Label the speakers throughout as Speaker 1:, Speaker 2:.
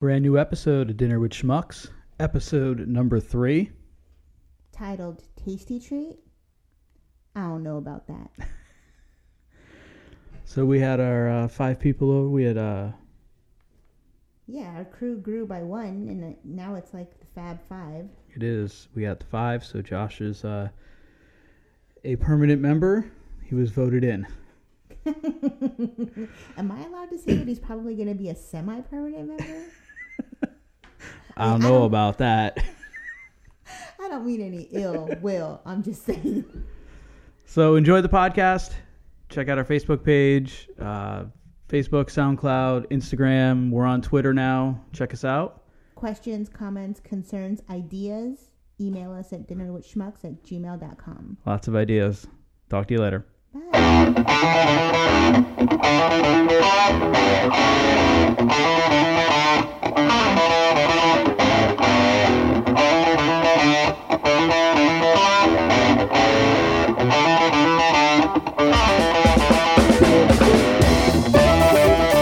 Speaker 1: Brand new episode of Dinner with Schmucks, episode number three.
Speaker 2: titled Tasty Treat. I don't know about that.
Speaker 1: So we had our uh, five people over. We had uh,
Speaker 2: Yeah, our crew grew by one, and it- now it's like the Fab Five.
Speaker 1: it is we got the five. So Josh is uh, a permanent member. He was voted in.
Speaker 2: Am I allowed to say that he's probably going to be a semi-permanent member?
Speaker 1: I don't
Speaker 2: I
Speaker 1: know
Speaker 2: don't-
Speaker 1: about that.
Speaker 2: I don't mean any ill will. I'm just saying.
Speaker 1: So enjoy the podcast. Check out our Facebook page, uh, Facebook, SoundCloud, Instagram. We're on Twitter now. Check us out.
Speaker 2: Questions, comments, concerns, ideas. Email us at dinnerwithschmucks at gmail.com.
Speaker 1: Lots of ideas. Talk to you later.
Speaker 2: Bye.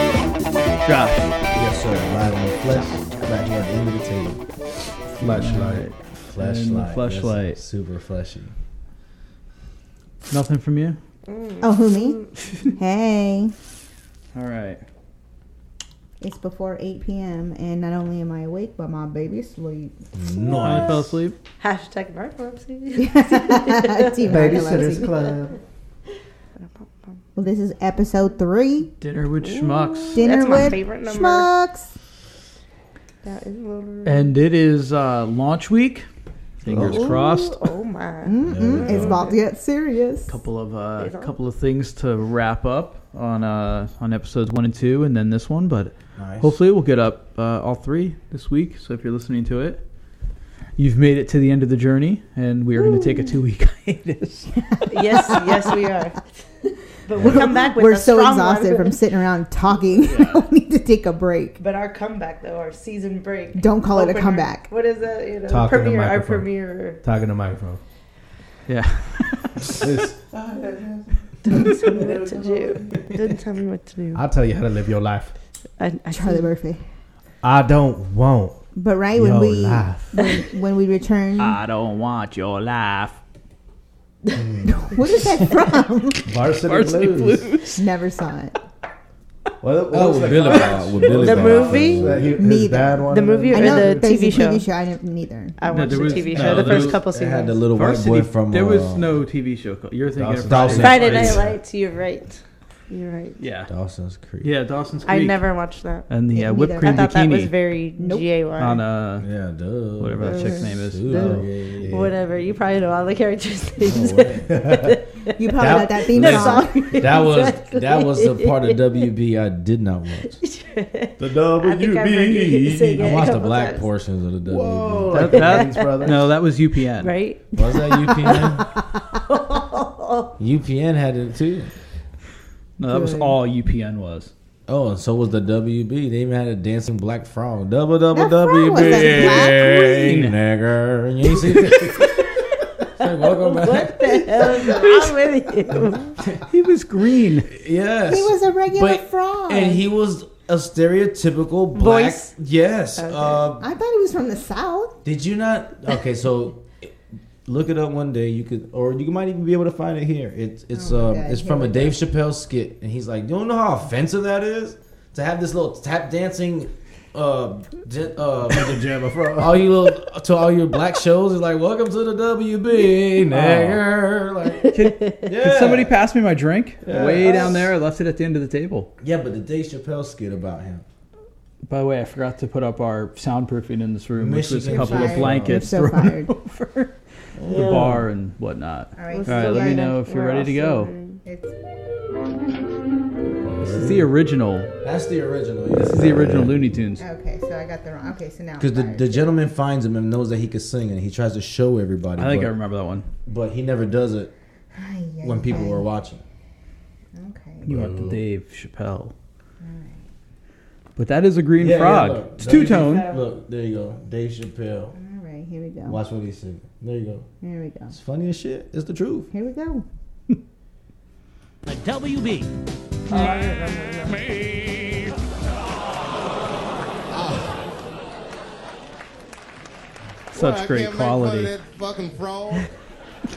Speaker 1: Josh,
Speaker 3: Yes, sir. Live on flesh, flat at the end of the table. Flashlight,
Speaker 1: And the
Speaker 3: flashlight,
Speaker 1: fleshlight.
Speaker 3: That's super fleshy.
Speaker 1: nothing from you?
Speaker 2: Oh, who, me? hey.
Speaker 1: All right.
Speaker 2: It's before 8 p.m., and not only am I awake, but my baby's asleep.
Speaker 1: No, I fell asleep.
Speaker 4: Hashtag narcolepsy.
Speaker 2: Team narcolepsy.
Speaker 3: Club.
Speaker 2: Well, this is episode three.
Speaker 1: Dinner with schmucks.
Speaker 2: Dinner
Speaker 4: That's my
Speaker 2: with
Speaker 4: favorite number.
Speaker 2: schmucks.
Speaker 4: That is literally.
Speaker 1: And it is uh, launch week. Fingers
Speaker 3: Oh.
Speaker 1: crossed.
Speaker 4: Oh my.
Speaker 2: Mm-mm, it's about to get serious.
Speaker 1: Couple of uh,
Speaker 4: Later.
Speaker 1: couple of things to wrap up on uh, on episodes one and two, and then this one. But
Speaker 3: Nice.
Speaker 1: hopefully, we'll get up uh, all three this week. So if you're listening to it, you've made it to the end of the journey, and we are going to take a two week hiatus.
Speaker 4: yes, yes, we are. But we come back with
Speaker 2: We're
Speaker 4: a
Speaker 2: so
Speaker 4: strong
Speaker 2: exhausted
Speaker 4: one.
Speaker 2: from sitting around talking. we need to take a break.
Speaker 4: But our comeback though, our season break.
Speaker 2: Don't call it a
Speaker 4: Opener.
Speaker 2: comeback.
Speaker 4: What is that? You know,
Speaker 3: Talk in the
Speaker 4: premiere. Our
Speaker 3: microphone.
Speaker 4: premiere.
Speaker 3: Talking to microphone.
Speaker 1: Yeah,
Speaker 3: This-
Speaker 4: Don't tell me what to do. Don't tell me what to do.
Speaker 3: I'll tell you how to live your life.
Speaker 4: I, I
Speaker 2: Charlie
Speaker 4: see.
Speaker 2: Murphy.
Speaker 3: I don't want
Speaker 2: But right
Speaker 3: your
Speaker 2: when we
Speaker 3: life.
Speaker 2: when, when we return,
Speaker 1: I don't want your life.
Speaker 2: what is that from?
Speaker 3: Varsity,
Speaker 1: Varsity
Speaker 3: Blues.
Speaker 2: Never saw it.
Speaker 3: Well, it
Speaker 5: Oh,
Speaker 3: was
Speaker 5: with
Speaker 3: like-
Speaker 5: Billy Bob. With Billy
Speaker 4: The
Speaker 5: Bob.
Speaker 4: movie?
Speaker 3: That he- his
Speaker 2: Neither.
Speaker 3: dad wanted
Speaker 4: The movie
Speaker 3: it.
Speaker 4: or
Speaker 2: I know
Speaker 4: the
Speaker 2: there's
Speaker 4: TV
Speaker 2: a
Speaker 4: show.
Speaker 2: TV show. I never neither.
Speaker 4: I
Speaker 1: there
Speaker 4: watched the
Speaker 1: was-
Speaker 4: TV
Speaker 1: no,
Speaker 4: show. the
Speaker 1: there
Speaker 4: first
Speaker 5: was-
Speaker 4: couple
Speaker 5: It had the
Speaker 4: seasons.
Speaker 5: little
Speaker 1: Varsity.
Speaker 5: white boy from.
Speaker 1: there was
Speaker 5: uh,
Speaker 1: no TV show. called- You're thinking of
Speaker 3: Dawson-
Speaker 1: Friday.
Speaker 3: Dawson. Friday.
Speaker 4: Friday Night Lights. You're right. You're right.
Speaker 1: Yeah,
Speaker 5: Dawson's Creek.
Speaker 1: yeah, Dawson's Creek.
Speaker 4: I never watched that.
Speaker 1: And the
Speaker 2: Yeah,
Speaker 1: uh,
Speaker 2: me
Speaker 1: whipped
Speaker 2: neither.
Speaker 4: I
Speaker 1: cream
Speaker 4: thought that was
Speaker 1: bikini
Speaker 4: very
Speaker 2: Nope.
Speaker 4: GAY.
Speaker 1: on uh,
Speaker 5: Yeah, duh.
Speaker 1: whatever that chick's name is.
Speaker 3: Oh.
Speaker 5: Duh.
Speaker 4: Whatever. You probably know all the characters' names.
Speaker 5: No way.
Speaker 2: You probably got that theme
Speaker 5: Listen,
Speaker 2: song.
Speaker 5: that was that was the part of WB I did not watch.
Speaker 3: The
Speaker 4: I think I've heard you say
Speaker 3: WB.
Speaker 4: it.
Speaker 5: I
Speaker 4: Yeah,
Speaker 5: watched the
Speaker 4: couple
Speaker 5: black
Speaker 4: times.
Speaker 5: portions of the WB.
Speaker 3: Whoa,
Speaker 1: That-
Speaker 3: like
Speaker 1: that-
Speaker 3: Wayans brothers.
Speaker 1: No, that was UPN.
Speaker 4: right?
Speaker 5: Was that UPN? UPN had it too.
Speaker 1: No, that was
Speaker 2: Good.
Speaker 1: all UPN was.
Speaker 5: Oh, and so was the WB. They even had a dancing black frog. Double double
Speaker 2: That frog
Speaker 5: WB.
Speaker 2: was a black
Speaker 1: queen.
Speaker 5: Nigger. You ain't seen that? It's like, welcome back.
Speaker 4: What the hell is wrong with you?
Speaker 1: He was green.
Speaker 5: Yes.
Speaker 2: He was a regular
Speaker 5: But-
Speaker 2: frog.
Speaker 5: And he was a stereotypical black.
Speaker 4: Voice?
Speaker 5: Yes.
Speaker 4: Okay.
Speaker 5: Uh,
Speaker 2: I thought he was from the south.
Speaker 5: did you not? Okay, so look it up one day. You could, or you might even be able to find it here. It's it's
Speaker 2: Oh
Speaker 5: um,
Speaker 2: my God,
Speaker 5: it's
Speaker 2: here
Speaker 5: from a
Speaker 2: we
Speaker 5: Dave Chappelle skit, and he's like, "You don't know how offensive that is to have this little tap dancing." Uh, j- uh,
Speaker 3: Pajama frog.
Speaker 5: all you little to all your black shows is like, welcome to the
Speaker 1: Oh.
Speaker 5: WB, nigger. Like,
Speaker 1: Did
Speaker 5: yeah.
Speaker 1: somebody pass me my drink?
Speaker 5: Yeah.
Speaker 1: Way down there. I left it at the end of the table.
Speaker 5: yeah, but the Dave Chappelle skit about him.
Speaker 1: By the way, I forgot to put up our soundproofing in this room, which was a
Speaker 5: Michigan
Speaker 1: couple of
Speaker 2: Fire.
Speaker 1: blankets
Speaker 2: You're so
Speaker 1: thrown
Speaker 2: fired.
Speaker 1: over the bar and whatnot.
Speaker 2: All right.
Speaker 1: All right, let me know if you're ready to go. This is the original.
Speaker 5: That's the original.
Speaker 1: This is the original Looney Tunes.
Speaker 2: Okay, so I got the wrong. Okay, so now.
Speaker 5: Because the, the gentleman finds him and knows that he could sing, and he tries to show everybody.
Speaker 1: I think
Speaker 5: but,
Speaker 1: I remember that one.
Speaker 5: but he never does it when people were watching.
Speaker 2: Okay.
Speaker 1: You want the
Speaker 5: Ooh.
Speaker 1: Dave Chappelle. But that is a green
Speaker 5: Yeah,
Speaker 1: frog.
Speaker 5: yeah, look.
Speaker 1: it's two tone.
Speaker 5: Look, there you go, Dave Chappelle.
Speaker 2: All right, here we go.
Speaker 5: Watch what he sing. There you go.
Speaker 2: Here we go.
Speaker 5: It's funny as shit. It's the truth.
Speaker 2: Here we go.
Speaker 6: me.
Speaker 1: Such
Speaker 6: Well, I
Speaker 1: great
Speaker 6: can't make fun of
Speaker 1: quality.
Speaker 6: that fucking frog.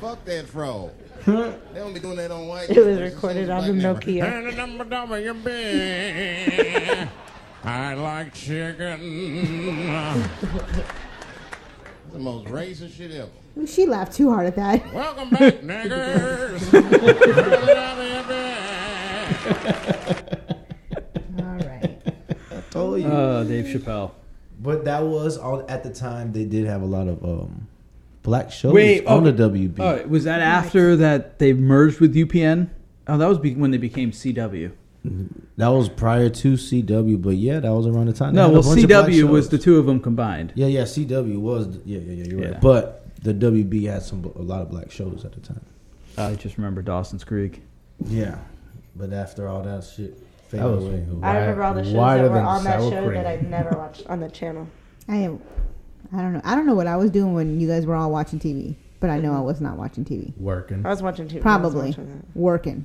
Speaker 6: Fuck that frog. They don't be doing that on white.
Speaker 4: It was recorded on the Nokia.
Speaker 6: Nokia. I like chicken. the most racist shit ever.
Speaker 2: She laughed too hard at that.
Speaker 6: Welcome back, niggers.
Speaker 2: All right.
Speaker 5: Totally.
Speaker 1: Uh, Dave Chappelle.
Speaker 5: but that was all at the time. They did have a lot of um, black shows
Speaker 1: Wait,
Speaker 5: on
Speaker 1: oh,
Speaker 5: the WB.
Speaker 1: All right, was that after that they merged with UPN? Oh, that was be- when they became CW.
Speaker 5: That was prior to CW, but yeah, that was around the time. They
Speaker 1: No,
Speaker 5: had a
Speaker 1: well,
Speaker 5: bunch of black
Speaker 1: CW was
Speaker 5: shows.
Speaker 1: the two of them combined.
Speaker 5: Yeah, yeah, CW was. The, yeah, yeah, yeah, you're
Speaker 1: Yeah.
Speaker 5: right. But the WB had some a lot of black shows at the time.
Speaker 1: I just remember Dawson's Creek.
Speaker 5: Yeah, but after all that shit
Speaker 3: That
Speaker 5: faded
Speaker 3: was
Speaker 5: away.
Speaker 4: I remember all the shows
Speaker 3: Wider
Speaker 4: that were
Speaker 3: than
Speaker 4: on that
Speaker 3: sour
Speaker 4: show
Speaker 3: cream.
Speaker 4: that I never watched on the channel.
Speaker 2: I am. I don't know. I don't know what I was doing when you guys were all watching TV, but I know I was not watching TV.
Speaker 3: Working,
Speaker 4: I was watching two. I
Speaker 2: Probably
Speaker 4: was watching
Speaker 2: working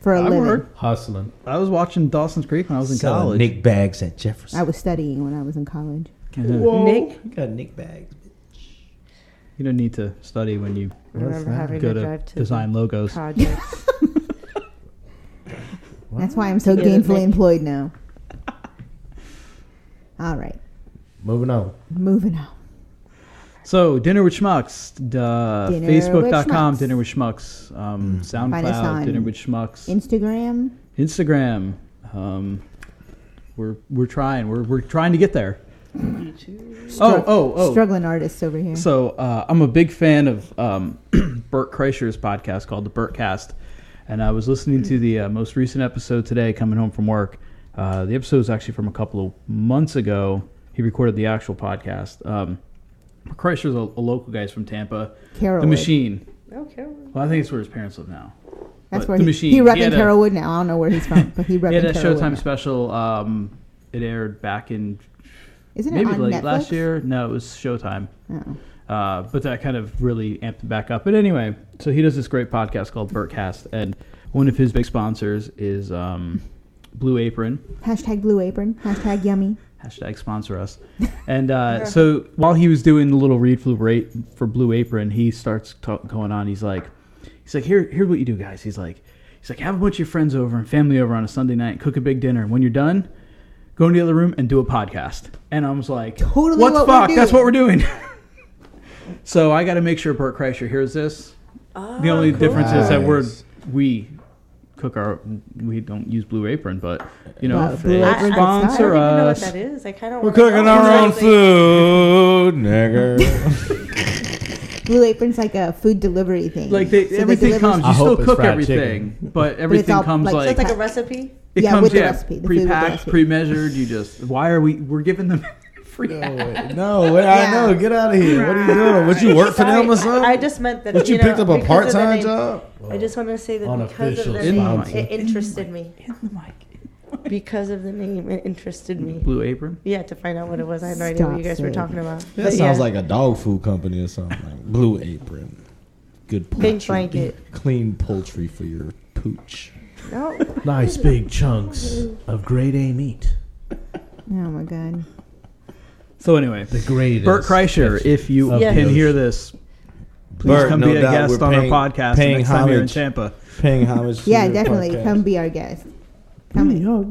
Speaker 2: for a
Speaker 1: I
Speaker 2: living.
Speaker 1: worked.
Speaker 3: hustling.
Speaker 1: I was watching Dawson's Creek when I was in
Speaker 5: Selling
Speaker 1: college.
Speaker 5: Nick Bags at Jefferson.
Speaker 2: I was studying when I was in college.
Speaker 1: You
Speaker 4: that. Nick,
Speaker 5: You got Nick Bags.
Speaker 1: don't need to study when you
Speaker 4: I remember having
Speaker 1: go
Speaker 4: to
Speaker 1: to
Speaker 4: drive to
Speaker 1: design
Speaker 4: the
Speaker 1: logos.
Speaker 4: project.
Speaker 2: That's why I'm so
Speaker 4: Yeah,
Speaker 2: gainfully
Speaker 4: Nick.
Speaker 2: employed now. All right,
Speaker 3: Moving on.
Speaker 2: moving on.
Speaker 1: So, Dinner with Schmucks, uh,
Speaker 2: Dinner with
Speaker 1: Facebook.com,
Speaker 2: Schmucks. Mm.
Speaker 1: Dinner with Schmucks, um,
Speaker 2: Find us
Speaker 1: SoundCloud,
Speaker 2: on
Speaker 1: Dinner with Schmucks,
Speaker 2: Instagram.
Speaker 1: Instagram. Um, we're we're trying. We're we're trying to get there. Oh oh oh.
Speaker 2: Struggling artists over here.
Speaker 1: So uh, I'm a big fan of um, Burt Kreischer's podcast called the Burtcast, and I was listening to the uh, most recent episode today, coming home from work. Uh, the episode was actually from a couple of months ago. He recorded the actual podcast. Um, Kreischer's a, a local guy he's from Tampa.
Speaker 2: Carolwood.
Speaker 1: The Machine.
Speaker 4: Okay.
Speaker 1: Well, I think it's where his parents live now.
Speaker 2: That's
Speaker 1: but
Speaker 2: where
Speaker 1: uh, The
Speaker 2: he,
Speaker 1: Machine.
Speaker 2: he repping
Speaker 1: had a-
Speaker 2: Carrollwood now. I don't know where he's from, Oh, but he repping
Speaker 1: He had a
Speaker 2: Carrollwood now.
Speaker 1: Showtime special. Um, it aired back in
Speaker 2: Isn't it
Speaker 1: maybe
Speaker 2: on
Speaker 1: like
Speaker 2: Netflix?
Speaker 1: last year. No, it was Showtime.
Speaker 2: Oh.
Speaker 1: Uh, but that kind of really amped it back up. But anyway, so he does this great podcast called Burtcast, and one of his big sponsors is um, Blue Apron.
Speaker 2: Hashtag Blue Apron. Hashtag Yummy.
Speaker 1: Hashtag sponsor us. And uh, so while he was doing the little read for, rate for Blue Apron, he starts talk, going on. He's like, he's like, here, here's what you do, guys. He's like, he's like, have a bunch of your friends over and family over on a Sunday night, and cook a big dinner, and when you're done, go into the other room and do a podcast. And I was like,
Speaker 2: Totally
Speaker 1: what the
Speaker 2: what we're
Speaker 1: fuck? That's
Speaker 2: doing.
Speaker 1: what we're doing. so I got to make sure Bert Kreischer hears this.
Speaker 4: Oh,
Speaker 1: the only difference is that we're
Speaker 3: Nice.
Speaker 1: we cook our we don't use Blue Apron, but you know
Speaker 2: Well,
Speaker 1: if
Speaker 2: Blue
Speaker 1: they
Speaker 2: Apron
Speaker 4: I don't
Speaker 1: sponsor
Speaker 2: for
Speaker 4: even know what
Speaker 1: us.
Speaker 4: that is. I kind of
Speaker 3: We're cooking our own food, nigga.
Speaker 2: Blue Apron's like a food delivery thing.
Speaker 1: Like they,
Speaker 2: So they
Speaker 1: everything
Speaker 2: deliver-
Speaker 1: comes,
Speaker 3: I
Speaker 1: you still
Speaker 3: hope it's
Speaker 1: cook
Speaker 3: fried
Speaker 1: everything, but everything
Speaker 2: all,
Speaker 1: comes
Speaker 2: like,
Speaker 1: like,
Speaker 4: So it's like a recipe.
Speaker 1: it
Speaker 2: Yeah,
Speaker 1: comes
Speaker 2: with the
Speaker 1: yeah,
Speaker 2: recipe, the food with the
Speaker 1: pre-packed,
Speaker 2: recipe.
Speaker 1: pre-measured. You just why are we we're giving them free? ads.
Speaker 3: no, wait, I know. Get out of here. What are you doing? Would you work for them or
Speaker 4: I,
Speaker 3: something?
Speaker 4: I just meant that.
Speaker 3: But you
Speaker 4: know,
Speaker 3: picked up a
Speaker 4: because of the
Speaker 3: part-time
Speaker 4: name-
Speaker 3: job.
Speaker 4: I just want to say that because of
Speaker 3: Unofficial
Speaker 4: the
Speaker 1: In
Speaker 4: name,
Speaker 1: the
Speaker 4: it interested me. Because of the name, it interested me.
Speaker 1: Blue Apron.
Speaker 4: Yeah, to find out what it was, I had no idea
Speaker 2: Stop
Speaker 4: what you guys were
Speaker 2: saying
Speaker 4: talking about.
Speaker 3: That
Speaker 4: But
Speaker 3: sounds
Speaker 4: yeah.
Speaker 3: like a dog food company or something. Like Blue Apron. Good poultry.
Speaker 4: Big blanket.
Speaker 3: Clean poultry for your pooch.
Speaker 4: No,
Speaker 7: Nice big chunks of grade A meat.
Speaker 2: Oh my god.
Speaker 1: So anyway,
Speaker 7: The greatest.
Speaker 1: Bert Kreischer, if you
Speaker 4: Yes.
Speaker 1: can hear this, please
Speaker 5: Bert,
Speaker 1: come
Speaker 5: no
Speaker 1: be a
Speaker 5: doubt
Speaker 1: guest
Speaker 5: we're
Speaker 1: on
Speaker 5: paying-
Speaker 1: our podcast
Speaker 5: paying
Speaker 1: next time you're in
Speaker 5: homage.
Speaker 1: Tampa.
Speaker 5: Paying homage. to
Speaker 2: Yeah,
Speaker 5: your
Speaker 2: definitely.
Speaker 5: podcast.
Speaker 2: Come be our guest. Come in.
Speaker 7: Oh,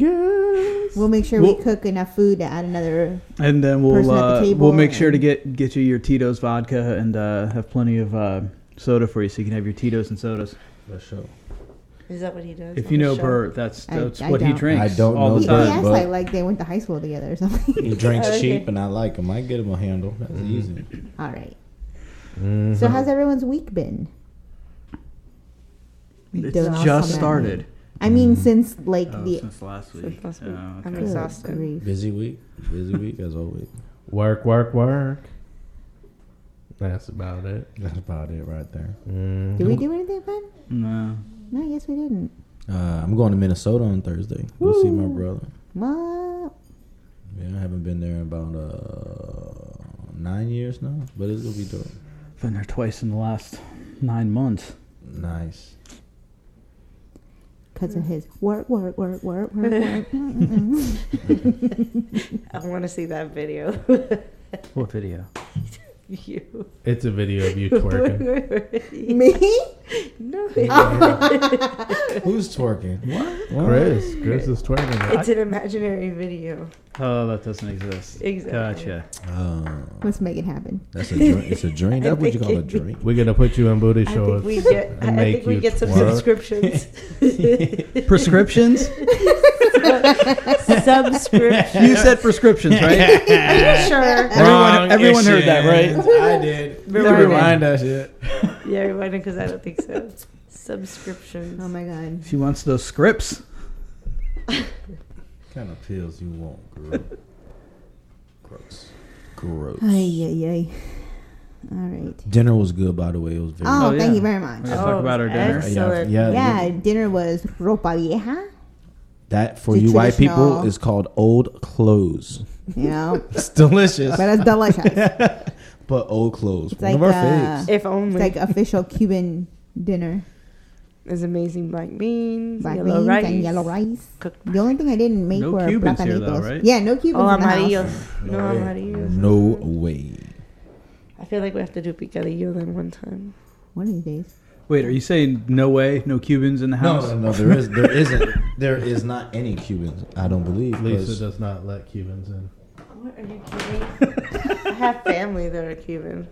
Speaker 2: We'll make sure
Speaker 1: Well-
Speaker 2: we cook enough food to add another.
Speaker 1: And then
Speaker 2: Person
Speaker 1: we'll
Speaker 2: at the
Speaker 1: uh,
Speaker 2: table
Speaker 1: we'll make sure to
Speaker 2: and-
Speaker 1: get get you your Tito's vodka and uh, have plenty of uh, soda for you, so you can have your Tito's and sodas.
Speaker 5: For sure.
Speaker 4: is that what he does?
Speaker 1: If
Speaker 4: on
Speaker 1: you
Speaker 4: the
Speaker 1: know
Speaker 4: show?
Speaker 1: Burt, that's
Speaker 2: I-
Speaker 1: that's
Speaker 2: I
Speaker 1: what he
Speaker 2: don't.
Speaker 1: drinks.
Speaker 5: I don't
Speaker 1: all
Speaker 5: know
Speaker 2: He,
Speaker 1: the
Speaker 2: he
Speaker 5: Bert,
Speaker 1: time.
Speaker 2: acts
Speaker 5: but-
Speaker 2: like, like they went to high school together or something.
Speaker 5: He drinks
Speaker 4: Okay.
Speaker 5: cheap, and I like him. I get him a handle. That's
Speaker 3: Mm-hmm.
Speaker 5: easy.
Speaker 2: All right. So how's everyone's week been? We did
Speaker 1: It's
Speaker 2: awesome
Speaker 1: just
Speaker 2: at it.
Speaker 1: started.
Speaker 2: I mean,
Speaker 3: Mm-hmm.
Speaker 2: since like
Speaker 1: Oh,
Speaker 2: the
Speaker 1: since last week.
Speaker 4: Since last week.
Speaker 1: Oh,
Speaker 4: I'm
Speaker 1: okay.
Speaker 2: Good
Speaker 4: exhausted.
Speaker 2: grief.
Speaker 5: Busy week. Busy week as always.
Speaker 7: Work, work, work. That's about it.
Speaker 5: That's about it right there.
Speaker 4: Mm-hmm.
Speaker 7: Mm.
Speaker 2: Did we do anything fun?
Speaker 1: No.
Speaker 2: No, yes, we didn't.
Speaker 5: Uh, I'm going to Minnesota on Thursday. We'll see my brother.
Speaker 2: What?
Speaker 5: Yeah, I haven't been there in about uh, nine years now, but it's gonna be dope.
Speaker 1: Been there twice in the last nine months.
Speaker 5: Nice.
Speaker 2: Because of his work, work, work, work, work, work.
Speaker 4: I want to see that video.
Speaker 1: What video?
Speaker 4: you.
Speaker 7: It's a video of you twerking.
Speaker 2: Me?
Speaker 4: no, it-
Speaker 5: Who's twerking? What? What?
Speaker 7: Chris, Chris is twerking.
Speaker 4: it's an imaginary video.
Speaker 1: Oh, that doesn't exist.
Speaker 4: Exactly.
Speaker 1: Gotcha.
Speaker 5: Uh,
Speaker 2: Let's make it happen.
Speaker 6: That's a dream. It's a dream. That's what you call a dream.
Speaker 7: We're gonna put you in booty
Speaker 4: I think
Speaker 7: shorts.
Speaker 4: we get. I- I
Speaker 7: make
Speaker 4: think we
Speaker 7: you
Speaker 4: get some
Speaker 7: twerk.
Speaker 4: subscriptions.
Speaker 1: Prescriptions?
Speaker 4: Subscription.
Speaker 1: you said prescriptions, right?
Speaker 2: Oh
Speaker 4: sure.
Speaker 1: Everyone- everyone heard that, right?
Speaker 5: I did.
Speaker 4: Rewind.
Speaker 5: Rewind that shit.
Speaker 4: Yeah, rewind it because I don't think so. Subscriptions.
Speaker 2: Oh my god.
Speaker 1: she wants those scripts.
Speaker 5: What kind of pills you want, girl? Gross. Gross.
Speaker 2: Ay, ay, ay. All right.
Speaker 5: Dinner was good, by the way. It was very.
Speaker 2: Oh,
Speaker 1: Oh,
Speaker 2: thank
Speaker 1: yeah.
Speaker 2: you very much.
Speaker 1: Yeah. Let's talk about our dinner.
Speaker 4: Excellent.
Speaker 5: Yeah, yeah.
Speaker 2: Yeah, dinner was ropa vieja.
Speaker 5: That for
Speaker 2: The
Speaker 5: you white people
Speaker 2: traditional-
Speaker 5: is called old clothes.
Speaker 2: You know,
Speaker 5: It's delicious,
Speaker 2: but it's delicious.
Speaker 5: but old clothes.
Speaker 2: It's
Speaker 5: One
Speaker 2: like
Speaker 5: of our
Speaker 2: uh,
Speaker 5: faves.
Speaker 4: If
Speaker 2: it's
Speaker 4: only.
Speaker 2: like official Cuban dinner.
Speaker 4: There's amazing black beans,
Speaker 2: Black
Speaker 4: yellow
Speaker 2: beans
Speaker 4: rice,
Speaker 2: and yellow rice.
Speaker 4: cooked.
Speaker 2: The only thing I didn't make
Speaker 1: No
Speaker 2: were
Speaker 1: Cubans here,
Speaker 2: platanitos.
Speaker 1: though, right?
Speaker 2: Yeah, no Cubans
Speaker 4: Oh,
Speaker 2: in the house.
Speaker 4: amarillos. No,
Speaker 5: way.
Speaker 4: amarillos.
Speaker 5: No way.
Speaker 4: I feel like we have to do picadillo then one time.
Speaker 2: One of these days.
Speaker 1: Wait, are you saying no way, no Cubans in the
Speaker 5: No,
Speaker 1: house?
Speaker 5: no, no. There is, there isn't, there is not any Cubans. I don't believe.
Speaker 7: Lisa
Speaker 5: 'cause-
Speaker 7: does not let Cubans in.
Speaker 4: What are you kidding? I have family that are Cuban.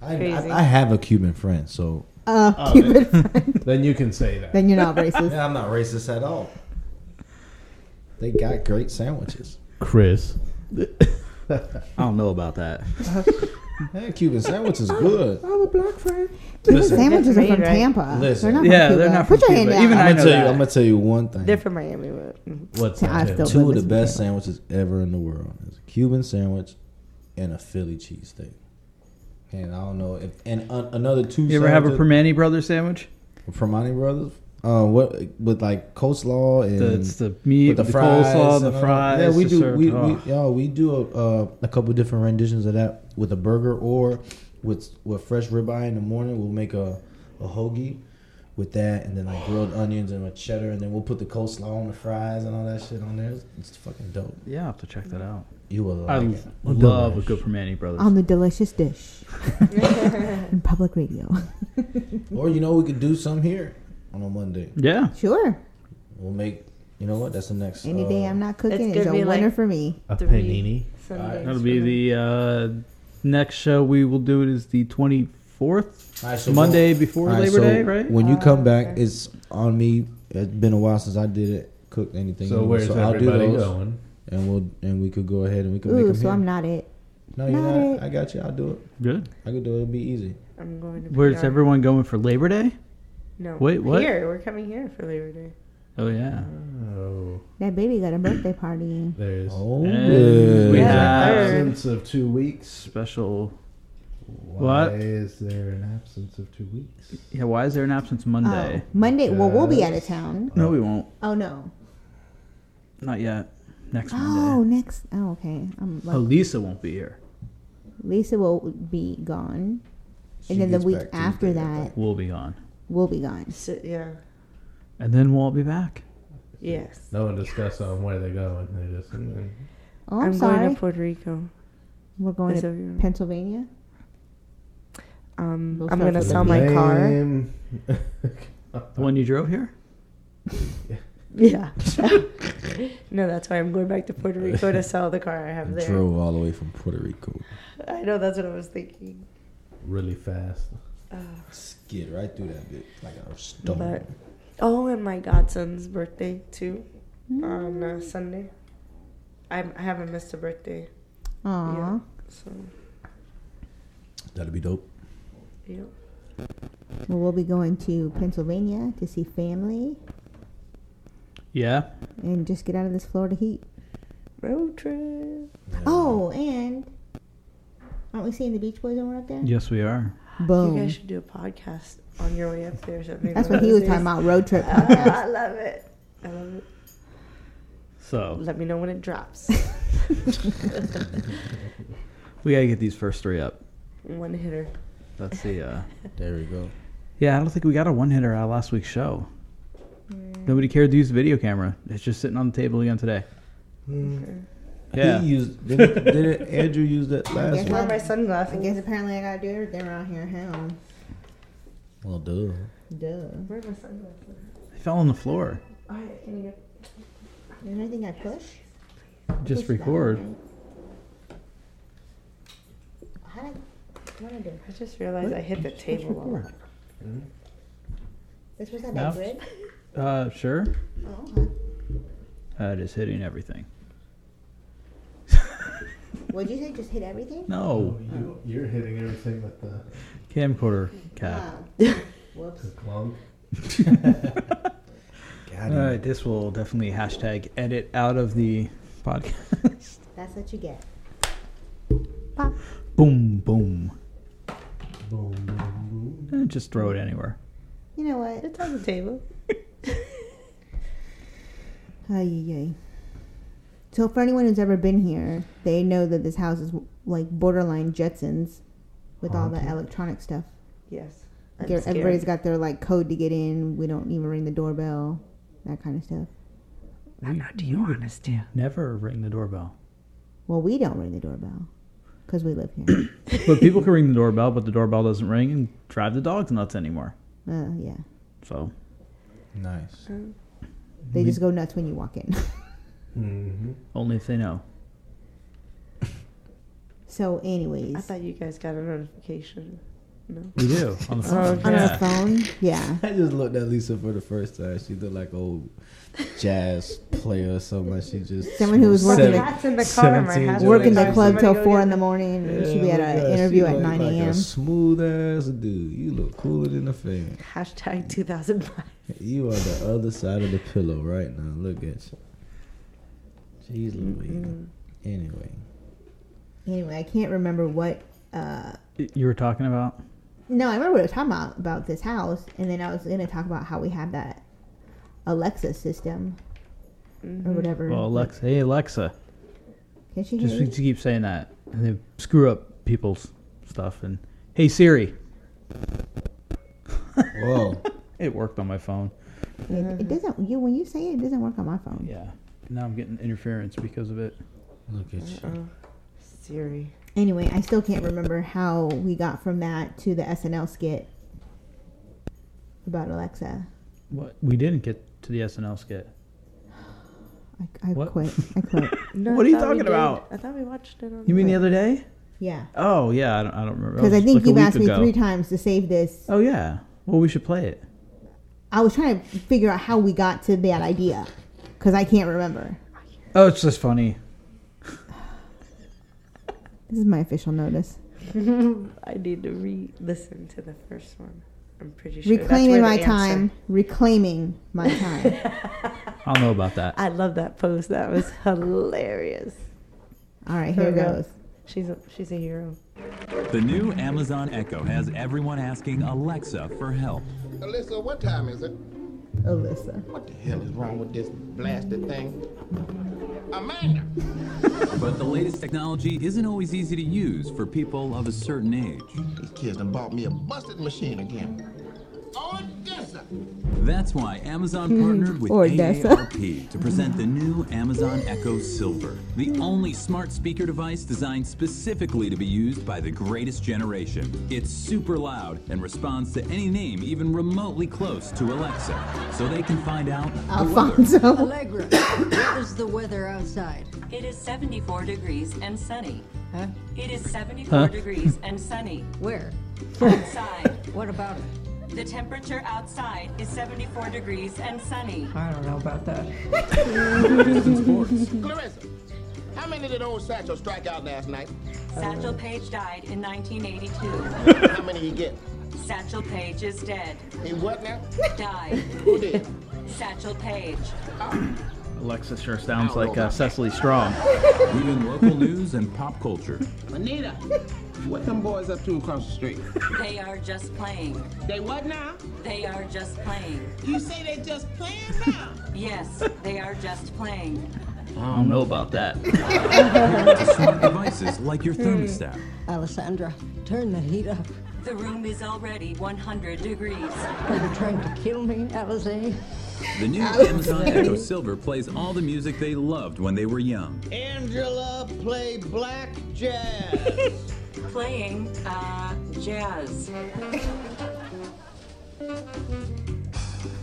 Speaker 5: I,
Speaker 4: Crazy.
Speaker 5: I, I have a Cuban friend, so
Speaker 2: Uh,
Speaker 1: Oh,
Speaker 2: Cuban.
Speaker 7: Then you can say that.
Speaker 2: then you're not racist.
Speaker 5: I'm not racist at all. They got great sandwiches.
Speaker 7: Chris,
Speaker 1: I don't know about that.
Speaker 5: That Cuban sandwich is good.
Speaker 2: I'm a black friend. Cuban
Speaker 5: Listen.
Speaker 2: sandwiches are
Speaker 4: That's
Speaker 2: from
Speaker 4: right, right?
Speaker 2: Tampa.
Speaker 5: Listen.
Speaker 2: They're not
Speaker 1: Yeah,
Speaker 2: from
Speaker 1: they're
Speaker 2: Cuba.
Speaker 1: not from
Speaker 2: Put your hand
Speaker 1: Cuba.
Speaker 2: down.
Speaker 1: Even
Speaker 5: I'm
Speaker 1: I
Speaker 5: gonna
Speaker 1: know
Speaker 5: tell
Speaker 1: that.
Speaker 5: you. I'm gonna tell you one thing.
Speaker 4: They're from Miami, but mm,
Speaker 7: what's
Speaker 2: I
Speaker 7: that?
Speaker 2: still-
Speaker 5: Two of the
Speaker 2: Listen,
Speaker 5: best sandwiches ever in the world is a Cuban sandwich and a Philly cheesesteak. And I don't know if and uh, another two.
Speaker 1: You ever have a
Speaker 5: sandwiches-
Speaker 1: Permani Brothers sandwich?
Speaker 5: Permani Brothers? Uh, what with like coleslaw and
Speaker 1: The, it's the meat,
Speaker 5: with
Speaker 1: Mm. the, coleslaw,
Speaker 5: and
Speaker 1: the
Speaker 5: all that.
Speaker 1: fries.
Speaker 5: Yeah, we
Speaker 1: the
Speaker 5: do.
Speaker 1: served-
Speaker 5: We,
Speaker 1: oh.
Speaker 5: we y'all, we do a, uh, a couple different renditions of that with a burger or with with fresh ribeye in the morning. We'll make a a hoagie with that, and then like grilled onions and a cheddar, and then we'll put the coleslaw on the fries and all that shit on there. It's, it's fucking dope.
Speaker 1: yeah, I'll have to check that out.
Speaker 5: You will like
Speaker 1: I
Speaker 5: it.
Speaker 1: love a good Permani Brothers.
Speaker 4: Um,
Speaker 2: On the delicious dish. in public radio.
Speaker 5: Or you know, we could do some here on a Monday.
Speaker 1: yeah.
Speaker 2: Sure.
Speaker 5: We'll make. You know what? That's the next.
Speaker 2: Any
Speaker 5: uh,
Speaker 2: day I'm not cooking
Speaker 4: it's
Speaker 2: is a
Speaker 4: gonna be
Speaker 2: winner
Speaker 4: like-
Speaker 2: for me.
Speaker 7: A
Speaker 4: Three.
Speaker 7: panini.
Speaker 4: Sundays
Speaker 1: That'll be the uh, next show we will do it is the 24th,
Speaker 5: All right, so
Speaker 1: Monday before
Speaker 5: All right,
Speaker 1: Labor
Speaker 5: so
Speaker 1: Day, right?
Speaker 5: When
Speaker 2: Uh,
Speaker 5: you come back, it's on me. It's been a while since I did it, cooked anything.
Speaker 7: So where's everybody going?
Speaker 5: and we'll and we could go ahead and we could make
Speaker 2: Ooh,
Speaker 5: them
Speaker 2: so
Speaker 5: here.
Speaker 2: I'm not it.
Speaker 5: no, you're
Speaker 2: not
Speaker 5: not.
Speaker 2: it.
Speaker 5: I got you. I'll do it.
Speaker 1: Good.
Speaker 5: I could do it. It'll be easy.
Speaker 4: I'm going to
Speaker 1: Where's
Speaker 4: PR.
Speaker 1: everyone going for Labor Day?
Speaker 4: No.
Speaker 1: Wait, what?
Speaker 4: Here, we're coming here for Labor Day.
Speaker 1: Oh yeah.
Speaker 7: Oh,
Speaker 2: That baby got a birthday party.
Speaker 7: there's
Speaker 5: Oh,
Speaker 1: And we
Speaker 5: yeah.
Speaker 4: Yeah.
Speaker 1: have
Speaker 7: absence of two weeks.
Speaker 1: special.
Speaker 7: Why
Speaker 1: What?
Speaker 7: is there an absence of two weeks?
Speaker 1: Yeah. Why is there an absence Monday?
Speaker 2: Oh, Monday. Well, we'll be out of
Speaker 7: Yes.
Speaker 2: town.
Speaker 1: No, we won't.
Speaker 2: Oh no.
Speaker 1: Not yet. Next
Speaker 2: Oh,
Speaker 1: Monday.
Speaker 2: next. Oh, okay. I'm
Speaker 1: Oh,
Speaker 2: like,
Speaker 1: Lisa won't be here.
Speaker 2: Lisa will be gone,
Speaker 5: She
Speaker 2: and then the
Speaker 5: gets
Speaker 2: week
Speaker 5: back Tuesday,
Speaker 2: after
Speaker 5: I
Speaker 2: that,
Speaker 5: think.
Speaker 1: We'll be gone,
Speaker 2: we'll be gone.
Speaker 4: So, yeah.
Speaker 1: and then we'll all be back.
Speaker 4: Yes.
Speaker 7: No one discussed on where they're going. They just
Speaker 2: Oh, I'm,
Speaker 4: I'm
Speaker 2: sorry.
Speaker 4: going to Puerto Rico.
Speaker 2: We're going
Speaker 4: That's
Speaker 2: to
Speaker 4: everyone.
Speaker 2: Pennsylvania.
Speaker 4: Um,
Speaker 2: We'll
Speaker 4: I'm
Speaker 2: start
Speaker 4: going to
Speaker 2: with
Speaker 4: sell my car.
Speaker 7: Lame.
Speaker 1: The one you drove here?
Speaker 4: Yeah. no, that's why I'm going back to Puerto Rico to sell the car I have there.
Speaker 5: Drove all the way from Puerto Rico.
Speaker 4: I know that's what I was thinking.
Speaker 7: really fast.
Speaker 5: Skid right through that bit like a stone.
Speaker 4: But oh, and my godson's birthday too on uh, Sunday. I, I haven't missed a birthday.
Speaker 2: Aw,
Speaker 4: Yeah. So
Speaker 5: That'll be dope.
Speaker 4: yeah.
Speaker 2: well, we'll be going to Pennsylvania to see family
Speaker 1: Yeah.
Speaker 2: and just get out of this Florida heat.
Speaker 4: Road trip.
Speaker 2: Oh, and aren't we seeing the Beach Boys when we're up there?
Speaker 1: Yes, we are.
Speaker 4: You
Speaker 2: Boom.
Speaker 4: guys should do a podcast on your way up there. So maybe
Speaker 2: Oh. That's
Speaker 4: one
Speaker 2: what he
Speaker 4: of
Speaker 2: was
Speaker 4: these
Speaker 2: talking
Speaker 4: days-
Speaker 2: about. Road trip
Speaker 4: Ah,
Speaker 2: podcast.
Speaker 4: I love it. I love it.
Speaker 1: So
Speaker 4: Let me know when it drops.
Speaker 1: we gotta get these first three up.
Speaker 4: One hitter.
Speaker 1: That's the. uh
Speaker 5: There we go.
Speaker 1: Yeah, I don't think we got a one hitter out of last week's show. Nobody cared to use the video camera. It's just sitting on the table again today. Mm. Yeah.
Speaker 5: He used didn't, didn't Andrew use that
Speaker 2: guess
Speaker 5: last
Speaker 4: Where are
Speaker 5: one?
Speaker 4: my
Speaker 2: I
Speaker 4: sunglasses?
Speaker 2: guess apparently I gotta do everything around here. Hell,
Speaker 5: Well, duh.
Speaker 2: duh.
Speaker 4: Where are my sunglasses?
Speaker 1: It fell on the floor.
Speaker 4: Oh, I can't get-
Speaker 2: Is there anything I push?
Speaker 1: Just
Speaker 2: Push that,
Speaker 1: record.
Speaker 2: right? How did what did I do?
Speaker 4: I just realized I hit the table. a lot.
Speaker 2: This was not
Speaker 1: Now?
Speaker 2: that grid.
Speaker 1: Uh, sure.
Speaker 2: Oh, okay.
Speaker 1: That is hitting everything.
Speaker 2: Would you say just hit everything?
Speaker 1: No.
Speaker 7: Oh, you, you're hitting everything with the,
Speaker 1: Camcorder cap.
Speaker 2: Oh. Whoops.
Speaker 7: the clump.
Speaker 5: God,
Speaker 1: All right, this will definitely hashtag edit out of the podcast.
Speaker 2: That's what you get.
Speaker 1: boom, boom.
Speaker 7: Boom, boom, boom.
Speaker 1: Eh, just throw it anywhere.
Speaker 2: You know what?
Speaker 4: It's on the table.
Speaker 2: Ay, ay, ay. So for anyone who's ever been here, they know that this house is like borderline Jetsons with all the electronic stuff.
Speaker 4: Yes.
Speaker 2: Like,
Speaker 4: I'm scared.
Speaker 2: everybody's got their like code to get in. We don't even ring the doorbell, that kind of stuff.
Speaker 1: I know, do you understand? Never ring the doorbell.
Speaker 2: Well, we don't ring the doorbell because we live here.
Speaker 1: but people can ring the doorbell, but the doorbell doesn't ring and drive the dogs nuts anymore.
Speaker 2: uh, yeah,
Speaker 1: So
Speaker 5: nice.
Speaker 2: they just go nuts when you walk in.
Speaker 7: Mm-hmm.
Speaker 1: only if they know.
Speaker 2: so, anyways,
Speaker 4: I thought you guys got a notification. No.
Speaker 1: We do on the phone.
Speaker 2: on
Speaker 1: yeah.
Speaker 2: our phone, Oh, yeah,
Speaker 5: I just looked at Lisa for the first time. She looked like old jazz player or something. Like she just
Speaker 2: Someone who was
Speaker 5: seven-
Speaker 2: working
Speaker 4: Hat's in the car. My
Speaker 5: 17
Speaker 4: hat's
Speaker 5: Yeah,
Speaker 2: working the
Speaker 5: like,
Speaker 2: club till four in the
Speaker 4: morning.
Speaker 2: morning, and
Speaker 5: Yeah,
Speaker 2: she'd be at
Speaker 5: look
Speaker 2: an
Speaker 5: that.
Speaker 2: interview
Speaker 5: She
Speaker 2: at
Speaker 5: look
Speaker 2: nine
Speaker 5: like
Speaker 2: a.m.
Speaker 5: A smooth ass dude. You look cooler than a fan.
Speaker 4: Hashtag 2005.
Speaker 5: You are the other side of the pillow right now. Look at you. Jeez Louise.
Speaker 4: Mm-hmm.
Speaker 5: Anyway,
Speaker 2: Anyway, I can't remember what. Uh,
Speaker 1: You were talking about
Speaker 2: no, I remember what I was talking about about this house, and then I was going to talk about how we have that Alexa system or
Speaker 4: Mm-hmm.
Speaker 2: whatever.
Speaker 1: well, Alexa. Hey Alexa,
Speaker 2: Can she hear
Speaker 1: just we
Speaker 2: you?
Speaker 1: keep saying that and they screw up people's stuff. And hey Siri,
Speaker 5: whoa,
Speaker 1: it worked on my phone.
Speaker 2: It, it doesn't. You when you say it, it doesn't work on my phone.
Speaker 1: Yeah. Now I'm getting interference because of it.
Speaker 5: look at you.
Speaker 4: Siri.
Speaker 2: Anyway, I still can't remember how we got from that to the SNL skit about Alexa.
Speaker 1: What we didn't get to the SNL skit.
Speaker 2: I, I
Speaker 1: What?
Speaker 2: quit. I quit.
Speaker 4: No,
Speaker 1: What
Speaker 4: I
Speaker 1: are you
Speaker 4: thought we
Speaker 1: talking
Speaker 4: did.
Speaker 1: about?
Speaker 4: I thought we watched it on.
Speaker 1: You mean the
Speaker 4: Right.
Speaker 1: other day?
Speaker 2: Yeah,
Speaker 1: Oh yeah, I don't, I don't remember. That
Speaker 2: because I
Speaker 1: was
Speaker 2: think
Speaker 1: like a
Speaker 2: you've
Speaker 1: week
Speaker 2: asked me
Speaker 1: ago.
Speaker 2: three times to save this.
Speaker 1: Oh yeah. Well, we should play it.
Speaker 2: I was trying to figure out how we got to that idea because I can't remember.
Speaker 1: Oh, it's just funny.
Speaker 2: This is my official notice.
Speaker 4: I need to re-listen to the first one. I'm pretty sure. that's
Speaker 2: Reclaiming
Speaker 4: where
Speaker 2: my
Speaker 4: the answer-
Speaker 2: time. Reclaiming my time.
Speaker 1: I don't know about that.
Speaker 4: I love that post. That was hilarious.
Speaker 2: All right, here
Speaker 4: There we go.
Speaker 2: goes.
Speaker 4: She's a, she's a hero.
Speaker 8: The new Amazon Echo has everyone asking Alexa for help.
Speaker 6: Alyssa, what time is it?
Speaker 2: Alyssa.
Speaker 6: What the hell is wrong with this blasted thing? Amanda!
Speaker 8: But the latest technology isn't always easy to use for people of a certain age.
Speaker 6: These kids done bought me a busted machine again. Odessa!
Speaker 8: That's why Amazon partnered with
Speaker 2: Or Dessa.
Speaker 8: AARP to present the new Amazon Echo Silver, the only smart speaker device designed specifically to be used by the greatest generation. It's super loud and responds to any name even remotely close to Alexa, so they can find out the weather.
Speaker 2: Alfonso.
Speaker 9: Allegra, what is the weather outside?
Speaker 10: It is 74 degrees and sunny.
Speaker 9: Huh?
Speaker 10: It is 74 degrees and sunny.
Speaker 9: Where?
Speaker 10: Outside.
Speaker 9: What about it?
Speaker 10: the temperature outside is 74 degrees and sunny.
Speaker 9: I don't know about that.
Speaker 6: Clarissa, how many did old Satchel strike out last night?
Speaker 10: Satchel Paige died in 1982.
Speaker 6: How many he get?
Speaker 10: Satchel Paige is dead.
Speaker 6: He what now?
Speaker 10: Died.
Speaker 6: Who did?
Speaker 10: Satchel Paige.
Speaker 1: Alexa sure sounds like uh, Cecily Strong.
Speaker 8: Leaving local news and pop culture.
Speaker 6: Anita! What them boys up to across the street?
Speaker 10: They are just playing.
Speaker 6: They what now?
Speaker 10: They are just playing.
Speaker 6: You say they just playing now?
Speaker 10: Yes, they are just playing.
Speaker 1: I don't know about that.
Speaker 8: Compared to smart devices like your thermostat.
Speaker 9: Alessandra, turn the heat up.
Speaker 10: The room is already 100 degrees.
Speaker 9: Are you trying to kill me, Alize?
Speaker 8: The new Amazon Echo Silver plays all the music they loved when they were young.
Speaker 11: Angela play black jazz.
Speaker 10: Playing uh, jazz.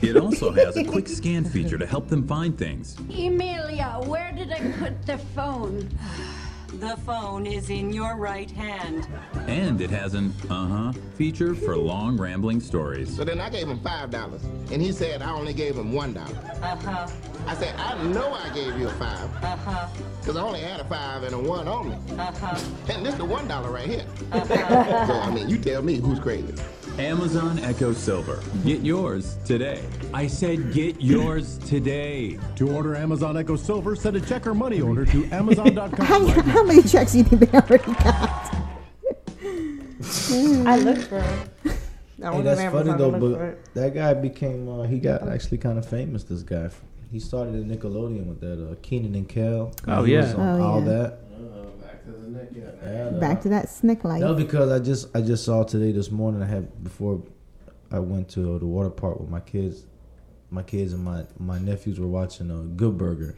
Speaker 8: It also has a quick scan feature to help them find things.
Speaker 10: Emilia, where did I put the phone? The phone is in your right hand.
Speaker 8: And it has an uh huh feature for long rambling stories.
Speaker 6: So then I gave him five dollars, and he said I only gave him one dollar.
Speaker 10: Uh huh.
Speaker 6: I said I know I gave you a five,
Speaker 10: Uh huh.
Speaker 6: cause I only had a five and a one on me,
Speaker 10: Uh huh.
Speaker 6: and this the one dollar right here. so I mean, you tell me who's crazy.
Speaker 8: Amazon Echo Silver. Get yours today. I said get yours today.
Speaker 7: To order Amazon Echo Silver, send a check or money order to Amazon.com.
Speaker 2: How, how many checks do you think they already got?
Speaker 4: I looked for it.
Speaker 5: Hey,
Speaker 4: I went
Speaker 5: that's
Speaker 4: on
Speaker 5: funny
Speaker 4: Amazon
Speaker 5: though,
Speaker 4: to look for it.
Speaker 5: but that guy became uh, he got actually kind of famous. This guy, he started at Nickelodeon with that uh, Keenan and Kel.
Speaker 1: Oh,
Speaker 5: He was
Speaker 1: yeah.
Speaker 5: on
Speaker 2: Oh,
Speaker 5: all
Speaker 2: yeah.
Speaker 5: that. uh,
Speaker 2: Back to that snick life.
Speaker 5: No, because I just I just saw today this morning. I had before I went to the water park with my kids. My kids and my my nephews were watching uh, Good Burger.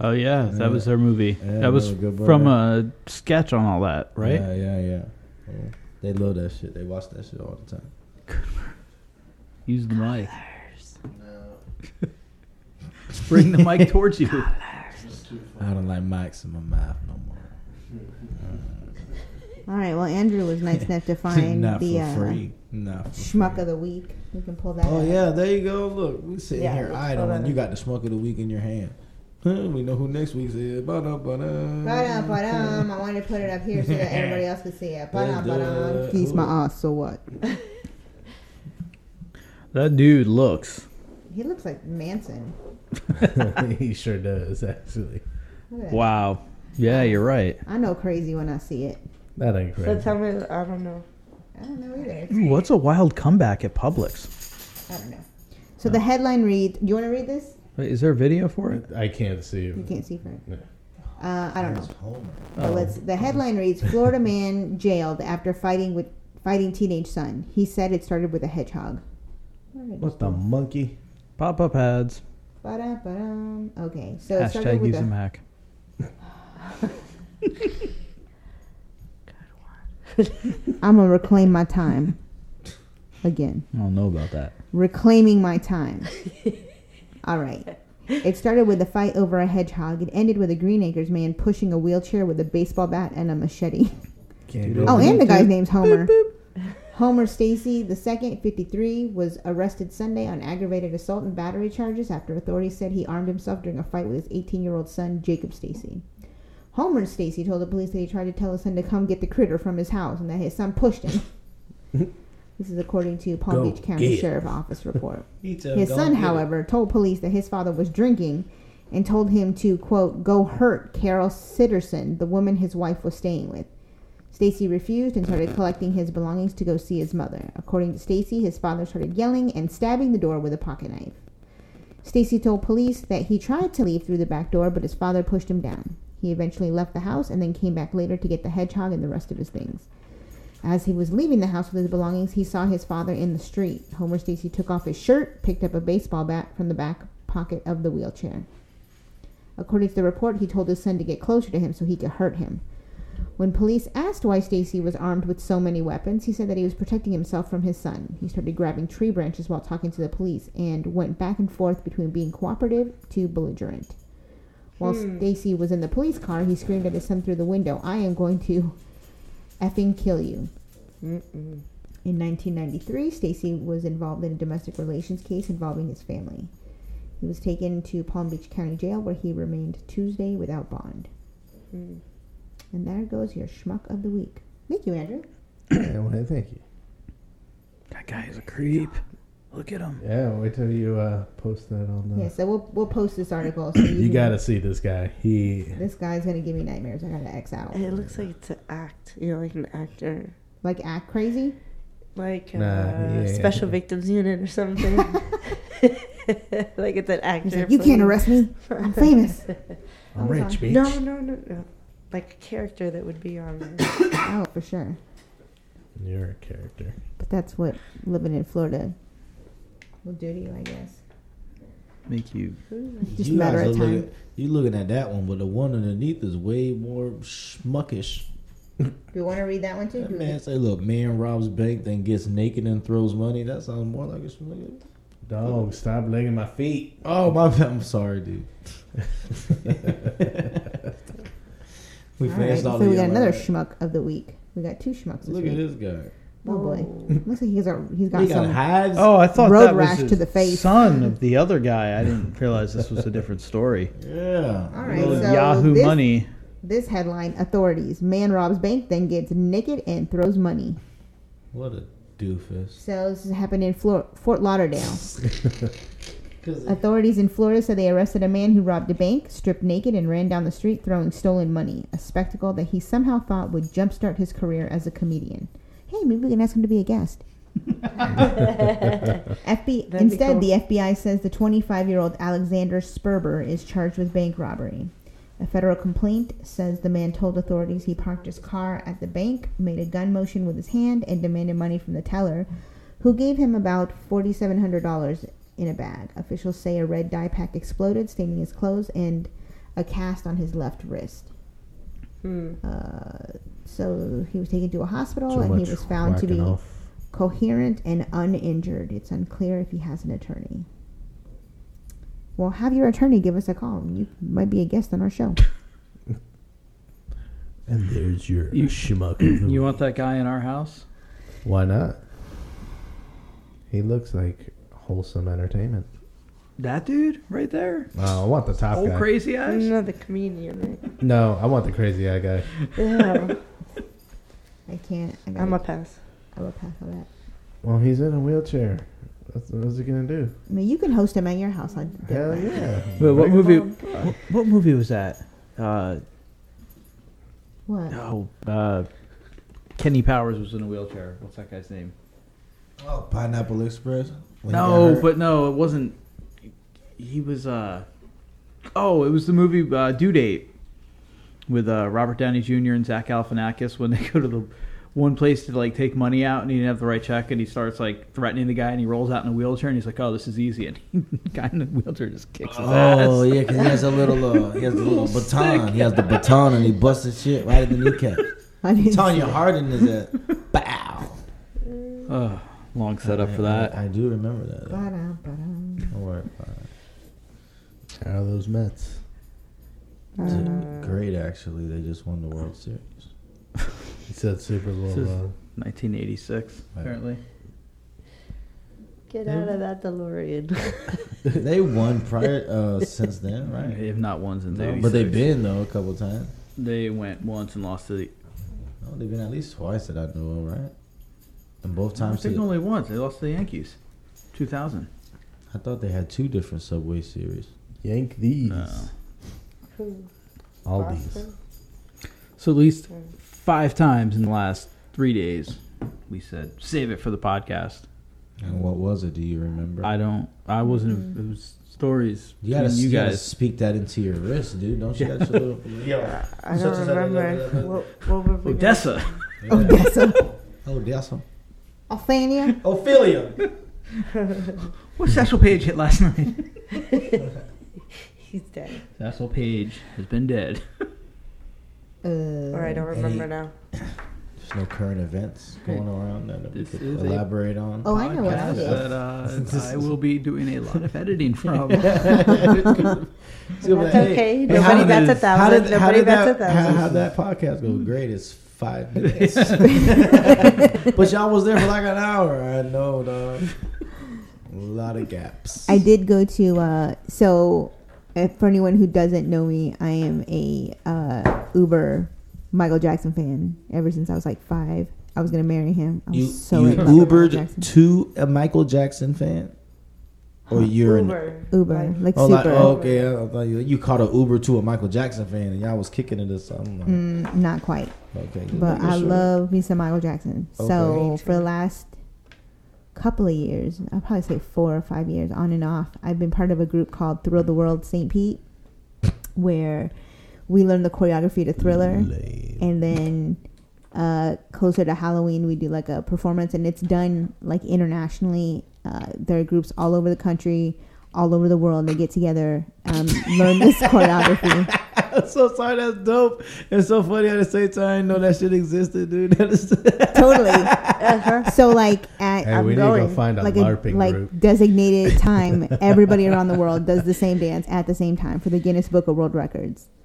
Speaker 1: Oh yeah, that was her movie.
Speaker 5: Yeah,
Speaker 1: that was
Speaker 5: that was a good
Speaker 1: from a sketch on all that, right?
Speaker 5: Yeah, yeah, yeah. yeah. They love that shit. They watch that shit all the time.
Speaker 1: Use the mic. Bring the mic towards you.
Speaker 5: I don't like mics in my mouth no more.
Speaker 2: All right. Well, Andrew was nice enough to find
Speaker 5: Not
Speaker 2: the
Speaker 5: for
Speaker 2: uh,
Speaker 5: free. Not for
Speaker 2: schmuck of the week. We can pull that.
Speaker 5: Oh
Speaker 2: up.
Speaker 5: yeah, there you go. Look, we sitting
Speaker 4: Yeah,
Speaker 5: here
Speaker 4: we
Speaker 5: idle,
Speaker 4: saw
Speaker 5: and
Speaker 4: that.
Speaker 5: you got the smoke of the week in your hand. Huh, we know who next week's is. Ba-dum, ba-dum.
Speaker 2: Ba-dum, ba-dum. I wanted to put it up here so that everybody else could see it. Ba-dum, ba-dum.
Speaker 5: Let's do it.
Speaker 2: He's my aunt, so what?
Speaker 1: That dude looks.
Speaker 2: He looks like Manson.
Speaker 7: he sure does, actually.
Speaker 2: Look at that.
Speaker 1: Wow. Yeah, you're right.
Speaker 2: I know crazy when I see it.
Speaker 7: That ain't
Speaker 4: So
Speaker 7: crazy.
Speaker 4: tell me, I don't know.
Speaker 2: I don't know either.
Speaker 1: Ooh, what's a wild comeback at Publix?
Speaker 2: I don't know. So the headline reads. You want to read this?
Speaker 1: Wait, is there a video for it?
Speaker 7: I can't see
Speaker 2: You
Speaker 7: it.
Speaker 2: can't see for it.
Speaker 7: Yeah.
Speaker 2: Uh, I don't know.
Speaker 5: Homer.
Speaker 2: But let's, the headline reads: Florida man jailed after fighting with fighting teenage son. He said it started with a hedgehog.
Speaker 7: What the monkey?
Speaker 1: Pop up ads.
Speaker 2: Ba-dum, ba Okay, so it started
Speaker 1: Hashtag
Speaker 2: with
Speaker 1: use a
Speaker 2: a
Speaker 1: Mac.
Speaker 2: I'm gonna reclaim my time. Again,
Speaker 1: I don't know about that.
Speaker 2: reclaiming my time. All right. It started with a fight over a hedgehog. It ended with a Greenacres man pushing a wheelchair with a baseball bat and a machete.
Speaker 7: Can't
Speaker 5: Dude,
Speaker 7: go.
Speaker 2: Oh, and the guy's
Speaker 5: Boop,
Speaker 2: name's Homer. Homer Stacy the second, 53, was arrested Sunday on aggravated assault and battery charges after authorities said he armed himself during a fight with his 18-year-old son Jacob Stacy. Homer Stacy told the police that he tried to tell his son to come get the critter from his house and that his son pushed him. this is according to Palm
Speaker 5: Go
Speaker 2: Beach County
Speaker 5: get it.
Speaker 2: Sheriff Office report.
Speaker 5: He tell
Speaker 2: His
Speaker 5: go
Speaker 2: son,
Speaker 5: get it.
Speaker 2: however, told police that his father was drinking and told him to, quote, go hurt Carol Sitterson, the woman his wife was staying with. Stacy refused and started collecting his belongings to go see his mother. According to Stacy, his father started yelling and stabbing the door with a pocket knife. Stacy told police that he tried to leave through the back door, but his father pushed him down. He eventually left the house and then came back later to get the hedgehog and the rest of his things. As he was leaving the house with his belongings, he saw his father in the street. Homer Stacy took off his shirt, picked up a baseball bat from the back pocket of the wheelchair. According to the report, he told his son to get closer to him so he could hurt him. When police asked why Stacy was armed with so many weapons, he said that he was protecting himself from his son. He started grabbing tree branches while talking to the police and went back and forth between being cooperative to belligerent. While Stacy was in the police car, he screamed at his son through the window, "I am going to effing kill you." In 1993, Stacy was involved in a domestic relations case involving his family. He was taken to Palm Beach County Jail where he remained Tuesday without bond. And there goes your schmuck of the week. Thank you, Andrew.
Speaker 7: Yeah, well, hey, thank you.
Speaker 1: That guy is a creep. Look at him.
Speaker 7: Yeah, wait till you uh, post that on the.
Speaker 2: Yeah, so we'll we'll post this article. So
Speaker 7: You
Speaker 2: can-
Speaker 7: gotta see this guy. He.
Speaker 2: This guy's gonna give me nightmares. I gotta X out.
Speaker 4: It looks like it's an act. You know, like an actor.
Speaker 2: Like act crazy.
Speaker 4: Like uh,
Speaker 7: Nah, yeah,
Speaker 4: Special
Speaker 7: yeah.
Speaker 4: Victims Unit or something. like it's an
Speaker 2: He's
Speaker 4: actor.
Speaker 2: like, you
Speaker 4: from-
Speaker 2: can't arrest me. I'm famous.
Speaker 7: I'm rich, bitch.
Speaker 4: No, no, no, no. Like a character that would be on there.
Speaker 2: Oh, for sure.
Speaker 7: You're a character.
Speaker 2: But that's what living in Florida will do to you, I guess.
Speaker 1: make you.
Speaker 2: Just matter
Speaker 5: guys
Speaker 2: of
Speaker 5: are
Speaker 2: time.
Speaker 5: Looking, you looking at that one, but the one underneath is way more schmuckish.
Speaker 2: Do you want to read that one too?
Speaker 5: That man say, "Look, man robs bank, then gets naked and throws money." That sounds more like a schmuck.
Speaker 7: Dog, stop licking my feet.
Speaker 5: Oh my, bad. I'm sorry, dude.
Speaker 2: All
Speaker 5: we
Speaker 2: right,
Speaker 5: finished
Speaker 2: so
Speaker 5: all the
Speaker 2: we got
Speaker 5: yellow.
Speaker 2: another schmuck of the week. We got two schmucks this
Speaker 5: Look
Speaker 2: week.
Speaker 5: at this guy.
Speaker 2: Oh boy, looks like he's a, he's got
Speaker 5: He got
Speaker 2: some
Speaker 5: hives.
Speaker 1: Oh, I thought
Speaker 2: road
Speaker 1: that was
Speaker 2: rash
Speaker 1: his
Speaker 2: to the face.
Speaker 1: son of the other guy. I didn't realize this was a different story.
Speaker 5: Yeah.
Speaker 2: All right,
Speaker 1: Little
Speaker 2: so
Speaker 1: Yahoo
Speaker 2: this-
Speaker 1: Money.
Speaker 2: This headline: Authorities man robs bank, then gets naked and throws money.
Speaker 5: What a doofus.
Speaker 2: So this happened in Flor- Fort Lauderdale.
Speaker 5: 'Cause
Speaker 2: Uh,
Speaker 5: it-
Speaker 2: Authorities in Florida said they arrested a man who robbed a bank, stripped naked, and ran down the street throwing stolen money, a spectacle that he somehow thought would jumpstart his career as a comedian. Hey, maybe we can ask him to be a guest. FB-
Speaker 4: That'd be
Speaker 2: instead,
Speaker 4: cool.
Speaker 2: the FBI says the 25 year old Alexander Sperber is charged with bank robbery. A federal complaint says the man told authorities he parked his car at the bank, made a gun motion with his hand, and demanded money from the teller, who gave him about $4,700 in a bag. Officials say a red dye pack exploded, staining his clothes and a cast on his left wrist.
Speaker 4: Hmm.
Speaker 2: Uh, so he was taken to a hospital
Speaker 7: So
Speaker 2: and he
Speaker 7: much
Speaker 2: was found to be
Speaker 7: whacking off.
Speaker 2: coherent and uninjured. It's unclear if he has an attorney. Well, have your attorney give us a call. You might be a guest on our show.
Speaker 7: And there's your
Speaker 1: You-
Speaker 7: schmuck.
Speaker 1: You want that guy in our house?
Speaker 7: Why not? He looks like wholesome entertainment.
Speaker 1: That dude right there?
Speaker 7: Oh, I want the top
Speaker 1: Old
Speaker 7: guy.
Speaker 1: crazy eyes?
Speaker 4: Another comedian. Right?
Speaker 7: No, I want the crazy eye guy.
Speaker 4: Yeah,
Speaker 2: I can't. I
Speaker 4: I'm
Speaker 2: gotta,
Speaker 4: a pass.
Speaker 2: I will pass on that.
Speaker 7: Well, he's in a wheelchair. That's, what's he gonna do?
Speaker 2: I mean, you can host him at your house. I
Speaker 7: Hell yeah!
Speaker 1: Wait, what
Speaker 7: Bring
Speaker 1: movie?
Speaker 7: him on.
Speaker 1: What, what movie was that? Uh,
Speaker 2: what?
Speaker 1: oh, uh, Kenny Powers was in a wheelchair. What's that guy's name?
Speaker 5: Oh, Pineapple Express. When he got
Speaker 1: No,
Speaker 5: hurt.
Speaker 1: but no, it wasn't. He was. uh Oh, it was the movie uh, Due Date with uh, Robert Downey Jr. and Zach Galifianakis when they go to the one place to like take money out and he didn't have the right check and he starts like threatening the guy and he rolls out in a wheelchair and he's like, "Oh, this is easy," and the guy in the wheelchair just kicks his ass.
Speaker 5: Oh yeah, 'cause he has a little, uh, he has a little baton. He has the baton, and he busts his shit right at the kneecap.
Speaker 2: I didn't see
Speaker 5: Tanya
Speaker 2: it.
Speaker 5: Hardin is at bow.
Speaker 1: Ugh, long setup for
Speaker 5: I,
Speaker 1: that.
Speaker 5: I do remember that. though.
Speaker 2: Ba-da-ba-da.
Speaker 5: Don't worry about it.
Speaker 7: How are those Mets?
Speaker 5: It's
Speaker 2: Uh,
Speaker 5: great, actually. They just won the World Series.
Speaker 7: He said Super Bowl.
Speaker 1: This is-
Speaker 7: uh,
Speaker 1: 1986, apparently.
Speaker 4: Get out of that DeLorean.
Speaker 5: they won prior uh, since then, right?
Speaker 1: If not ones and
Speaker 5: No,
Speaker 1: thirties.
Speaker 5: but they've been though a couple times.
Speaker 1: They went once and lost to the.
Speaker 5: No, they've been at least twice that I know of, right? And both
Speaker 1: I
Speaker 5: times, to
Speaker 1: think
Speaker 5: the-
Speaker 1: only once. They lost to the Yankees. 2000.
Speaker 5: I thought they had two different Subway series.
Speaker 7: yank these.
Speaker 1: No.
Speaker 7: All these.
Speaker 4: Boston?
Speaker 1: So at least five times in the last three days, we said save it for the podcast.
Speaker 5: And what was it? Do you remember?
Speaker 1: I don't. I wasn't.
Speaker 2: Mm-hmm.
Speaker 1: It was stories.
Speaker 5: You gotta,
Speaker 1: between
Speaker 5: you,
Speaker 1: you
Speaker 5: gotta
Speaker 1: guys.
Speaker 5: speak that into your wrist, dude. Don't you? Got your little, yeah.
Speaker 4: I don't remember. what, what were we doing?
Speaker 1: Odessa.
Speaker 2: Odessa.
Speaker 5: Oh, that's some.
Speaker 2: Alfania.
Speaker 5: Ophelia.
Speaker 1: What Cecil Page hit last night?
Speaker 4: He's dead.
Speaker 1: Cecil Page has been dead.
Speaker 2: Uh,
Speaker 4: Or I don't remember now.
Speaker 5: There's no current events going around that we
Speaker 1: This
Speaker 5: could
Speaker 1: is a-
Speaker 5: elaborate on.
Speaker 2: Oh, I know what I
Speaker 1: Podcast
Speaker 2: did.
Speaker 1: that, uh, I will be doing a lot of editing from.
Speaker 5: It's gonna be
Speaker 4: That's
Speaker 5: like,
Speaker 4: okay.
Speaker 5: how
Speaker 4: Nobody
Speaker 5: did
Speaker 4: bets a
Speaker 5: this-
Speaker 4: thousand.
Speaker 5: How did, how
Speaker 4: Nobody
Speaker 5: did
Speaker 4: bets
Speaker 5: that,
Speaker 4: a thousand. Mm-hmm.
Speaker 5: How, how'd that podcast go? Great, it's five minutes. but y'all was there for like an hour. I know, dog. A lot of gaps.
Speaker 2: I did go to uh, so if, for anyone who doesn't know me, I am a uh, Uber Michael Jackson fan. Ever since I was like five, I was gonna marry him. I was
Speaker 5: You,
Speaker 2: so
Speaker 5: you
Speaker 2: in love with Michael
Speaker 5: Ubered
Speaker 2: Jackson.
Speaker 5: to a Michael Jackson fan, or you're an
Speaker 4: Uber.
Speaker 2: Uber, like
Speaker 5: Oh,
Speaker 2: super.
Speaker 5: like, oh, okay. I thought you, you caught an Uber to a Michael Jackson fan, and y'all was kicking it or something. Like,
Speaker 2: Mm, not quite,
Speaker 5: Okay, just
Speaker 2: but
Speaker 5: making
Speaker 2: I
Speaker 5: sure.
Speaker 2: love me some Michael Jackson. So
Speaker 5: Okay.
Speaker 2: for the last couple of years, I'll probably say four or five years, on and off, I've been part of a group called Thrill the World St. Pete, where we learned the choreography to Thriller.
Speaker 7: Lame.
Speaker 2: and then uh, closer to Halloween, we do like a performance, and it's done like internationally. Uh, there are groups all over the country, all over the world. They get together, um, learn this choreography.
Speaker 5: I'm so sorry. That's dope. It's so funny at the same time. I didn't know that shit existed, dude. That is
Speaker 2: totally. So like at
Speaker 7: Hey,
Speaker 2: I'm
Speaker 7: we need to go
Speaker 2: going,
Speaker 7: find a
Speaker 2: like
Speaker 7: LARPing
Speaker 2: like
Speaker 7: group.
Speaker 2: designated time. Everybody around the world does the same dance at the same time for the Guinness Book of World Records.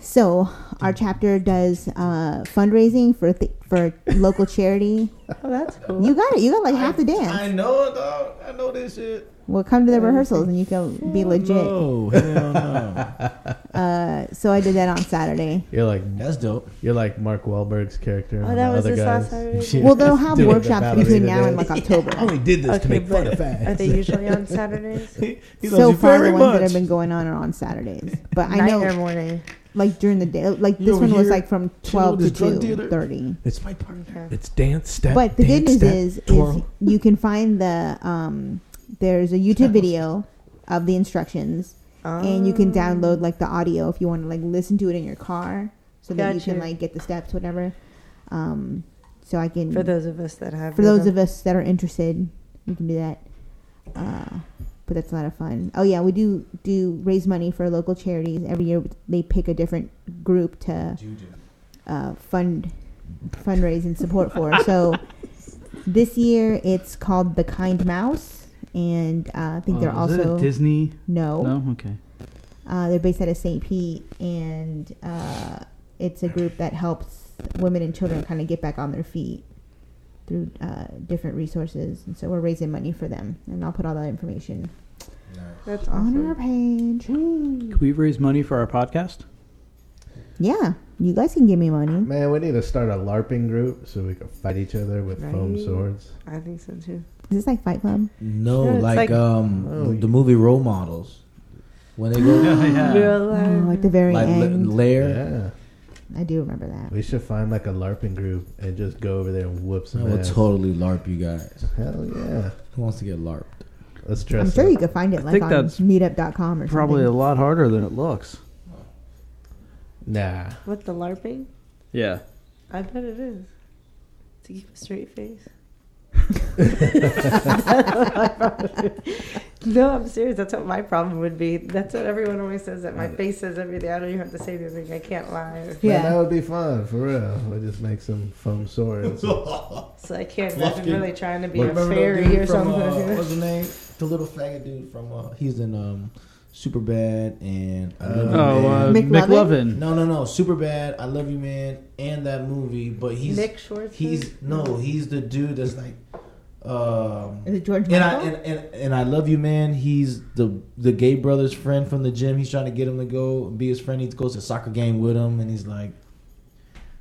Speaker 2: so our chapter does uh, fundraising for th- for local charity.
Speaker 4: Oh, that's cool.
Speaker 2: You got it. You got like half the dance.
Speaker 5: I know, it, dog. I know this shit.
Speaker 2: Well, come to the rehearsals and you can be legit.
Speaker 5: Oh hell no.
Speaker 2: Uh, so I did that on Saturday.
Speaker 7: You're like
Speaker 5: that's dope.
Speaker 7: You're like Mark Wahlberg's character.
Speaker 2: Oh,
Speaker 7: on
Speaker 2: that
Speaker 7: the
Speaker 2: was
Speaker 7: other
Speaker 2: this last
Speaker 7: guys.
Speaker 2: Saturday? Well, they'll have
Speaker 7: Doing the
Speaker 2: workshops
Speaker 7: ballerina
Speaker 2: between now and,
Speaker 7: dance.
Speaker 2: like, October.
Speaker 5: I only did this
Speaker 4: Okay,
Speaker 5: to make fun
Speaker 4: but
Speaker 5: of fags.
Speaker 4: Are they usually on Saturdays?
Speaker 5: He loves
Speaker 2: so
Speaker 5: you
Speaker 2: far,
Speaker 5: very
Speaker 2: the ones that
Speaker 5: much.
Speaker 2: have been going on are on Saturdays. But I
Speaker 4: Night
Speaker 2: know,
Speaker 4: or morning?
Speaker 2: like during the day, like
Speaker 5: You
Speaker 2: this
Speaker 5: over
Speaker 2: one was
Speaker 5: here,
Speaker 2: like from
Speaker 5: chilling
Speaker 2: twelve to
Speaker 5: with this
Speaker 2: two
Speaker 5: drug dealer?
Speaker 2: thirty.
Speaker 5: It's my partner.
Speaker 7: It's dance step.
Speaker 2: But the good
Speaker 7: dance,
Speaker 2: news
Speaker 7: step,
Speaker 2: is, is
Speaker 7: twirl.
Speaker 2: you can find the um, there's a YouTube video of the instructions, and you
Speaker 4: Oh.
Speaker 2: can download like the audio if you want to like listen to it in your car, so that you
Speaker 4: Gotcha.
Speaker 2: can like get the steps, whatever. Um, so I can
Speaker 4: For those of us that have.
Speaker 2: for those
Speaker 4: rhythm.
Speaker 2: of us that are interested, you can do that. Uh, but that's a lot of fun. Oh yeah, we do do raise money for local charities every year. They pick a different group to uh, fund fundraise and support for. So this year it's called the Kind Mouse, and uh, I think they're
Speaker 1: Uh, is it a
Speaker 2: also Oh.
Speaker 1: Disney.
Speaker 2: No,
Speaker 1: No. Okay.
Speaker 2: uh, they're based out of St. Pete, and uh, it's a group that helps women and children kind of get back on their feet through uh, different resources. And so we're raising money for them, and I'll put all that information
Speaker 4: That's
Speaker 2: on our page.
Speaker 1: Can we raise money for our podcast?
Speaker 2: Yeah, you guys can give me money.
Speaker 7: Man, we need to start a LARPing group so we can fight each other with foam
Speaker 4: Right.
Speaker 7: swords.
Speaker 4: I think so too.
Speaker 2: Is this like Fight Club?
Speaker 5: No,
Speaker 4: Yeah, it's
Speaker 5: like,
Speaker 4: like-
Speaker 5: um
Speaker 4: Oh.
Speaker 5: the movie Role Models. When they go
Speaker 1: Uh,
Speaker 2: Oh, like the very
Speaker 5: like La-
Speaker 2: end.
Speaker 5: Lair.
Speaker 7: Yeah,
Speaker 2: I do remember that.
Speaker 7: we should find like a LARPing group and just go over there and whoop
Speaker 5: I
Speaker 7: some
Speaker 5: will
Speaker 7: ass.
Speaker 5: totally LARP you guys.
Speaker 7: Hell yeah,
Speaker 5: Who wants to get LARPed?
Speaker 7: let's dress.
Speaker 2: I'm sure you
Speaker 7: up.
Speaker 2: could find it
Speaker 1: I
Speaker 2: like
Speaker 1: think
Speaker 2: on
Speaker 1: that's
Speaker 2: meetup.com or
Speaker 1: Probably a
Speaker 2: something.
Speaker 1: lot harder than it looks.
Speaker 7: Nah,
Speaker 4: What the LARPing?
Speaker 1: Yeah.
Speaker 4: I bet it is. To keep a straight face. no, I'm serious. That's what my problem would be. That's what everyone always says. That my face says everything. I don't even have to say anything. I can't lie.
Speaker 7: yeah, that
Speaker 2: Yeah.
Speaker 7: would be fun for real. We just make some foam swords.
Speaker 4: So I can't imagine
Speaker 5: Fucking-
Speaker 4: really trying to be a
Speaker 5: Remember that
Speaker 4: fairy
Speaker 5: dude
Speaker 4: or
Speaker 5: from,
Speaker 4: something.
Speaker 5: uh, what's his name? The little faggot dude from uh, he's in um Superbad and I Love You,
Speaker 1: Oh,
Speaker 5: Man.
Speaker 1: uh,
Speaker 2: McLovin?
Speaker 1: McLovin.
Speaker 5: No, no, no. Super bad. I love you, man. And that movie, but he's
Speaker 4: Nick Schwartzman?
Speaker 5: He's no, he's the dude that's like. Um,
Speaker 2: Is it George
Speaker 5: and I,
Speaker 2: Michael?
Speaker 5: and, and, and I love you, man. He's the the gay brother's friend from the gym. He's trying to get him to go and be his friend. He goes to soccer game with him, and he's like,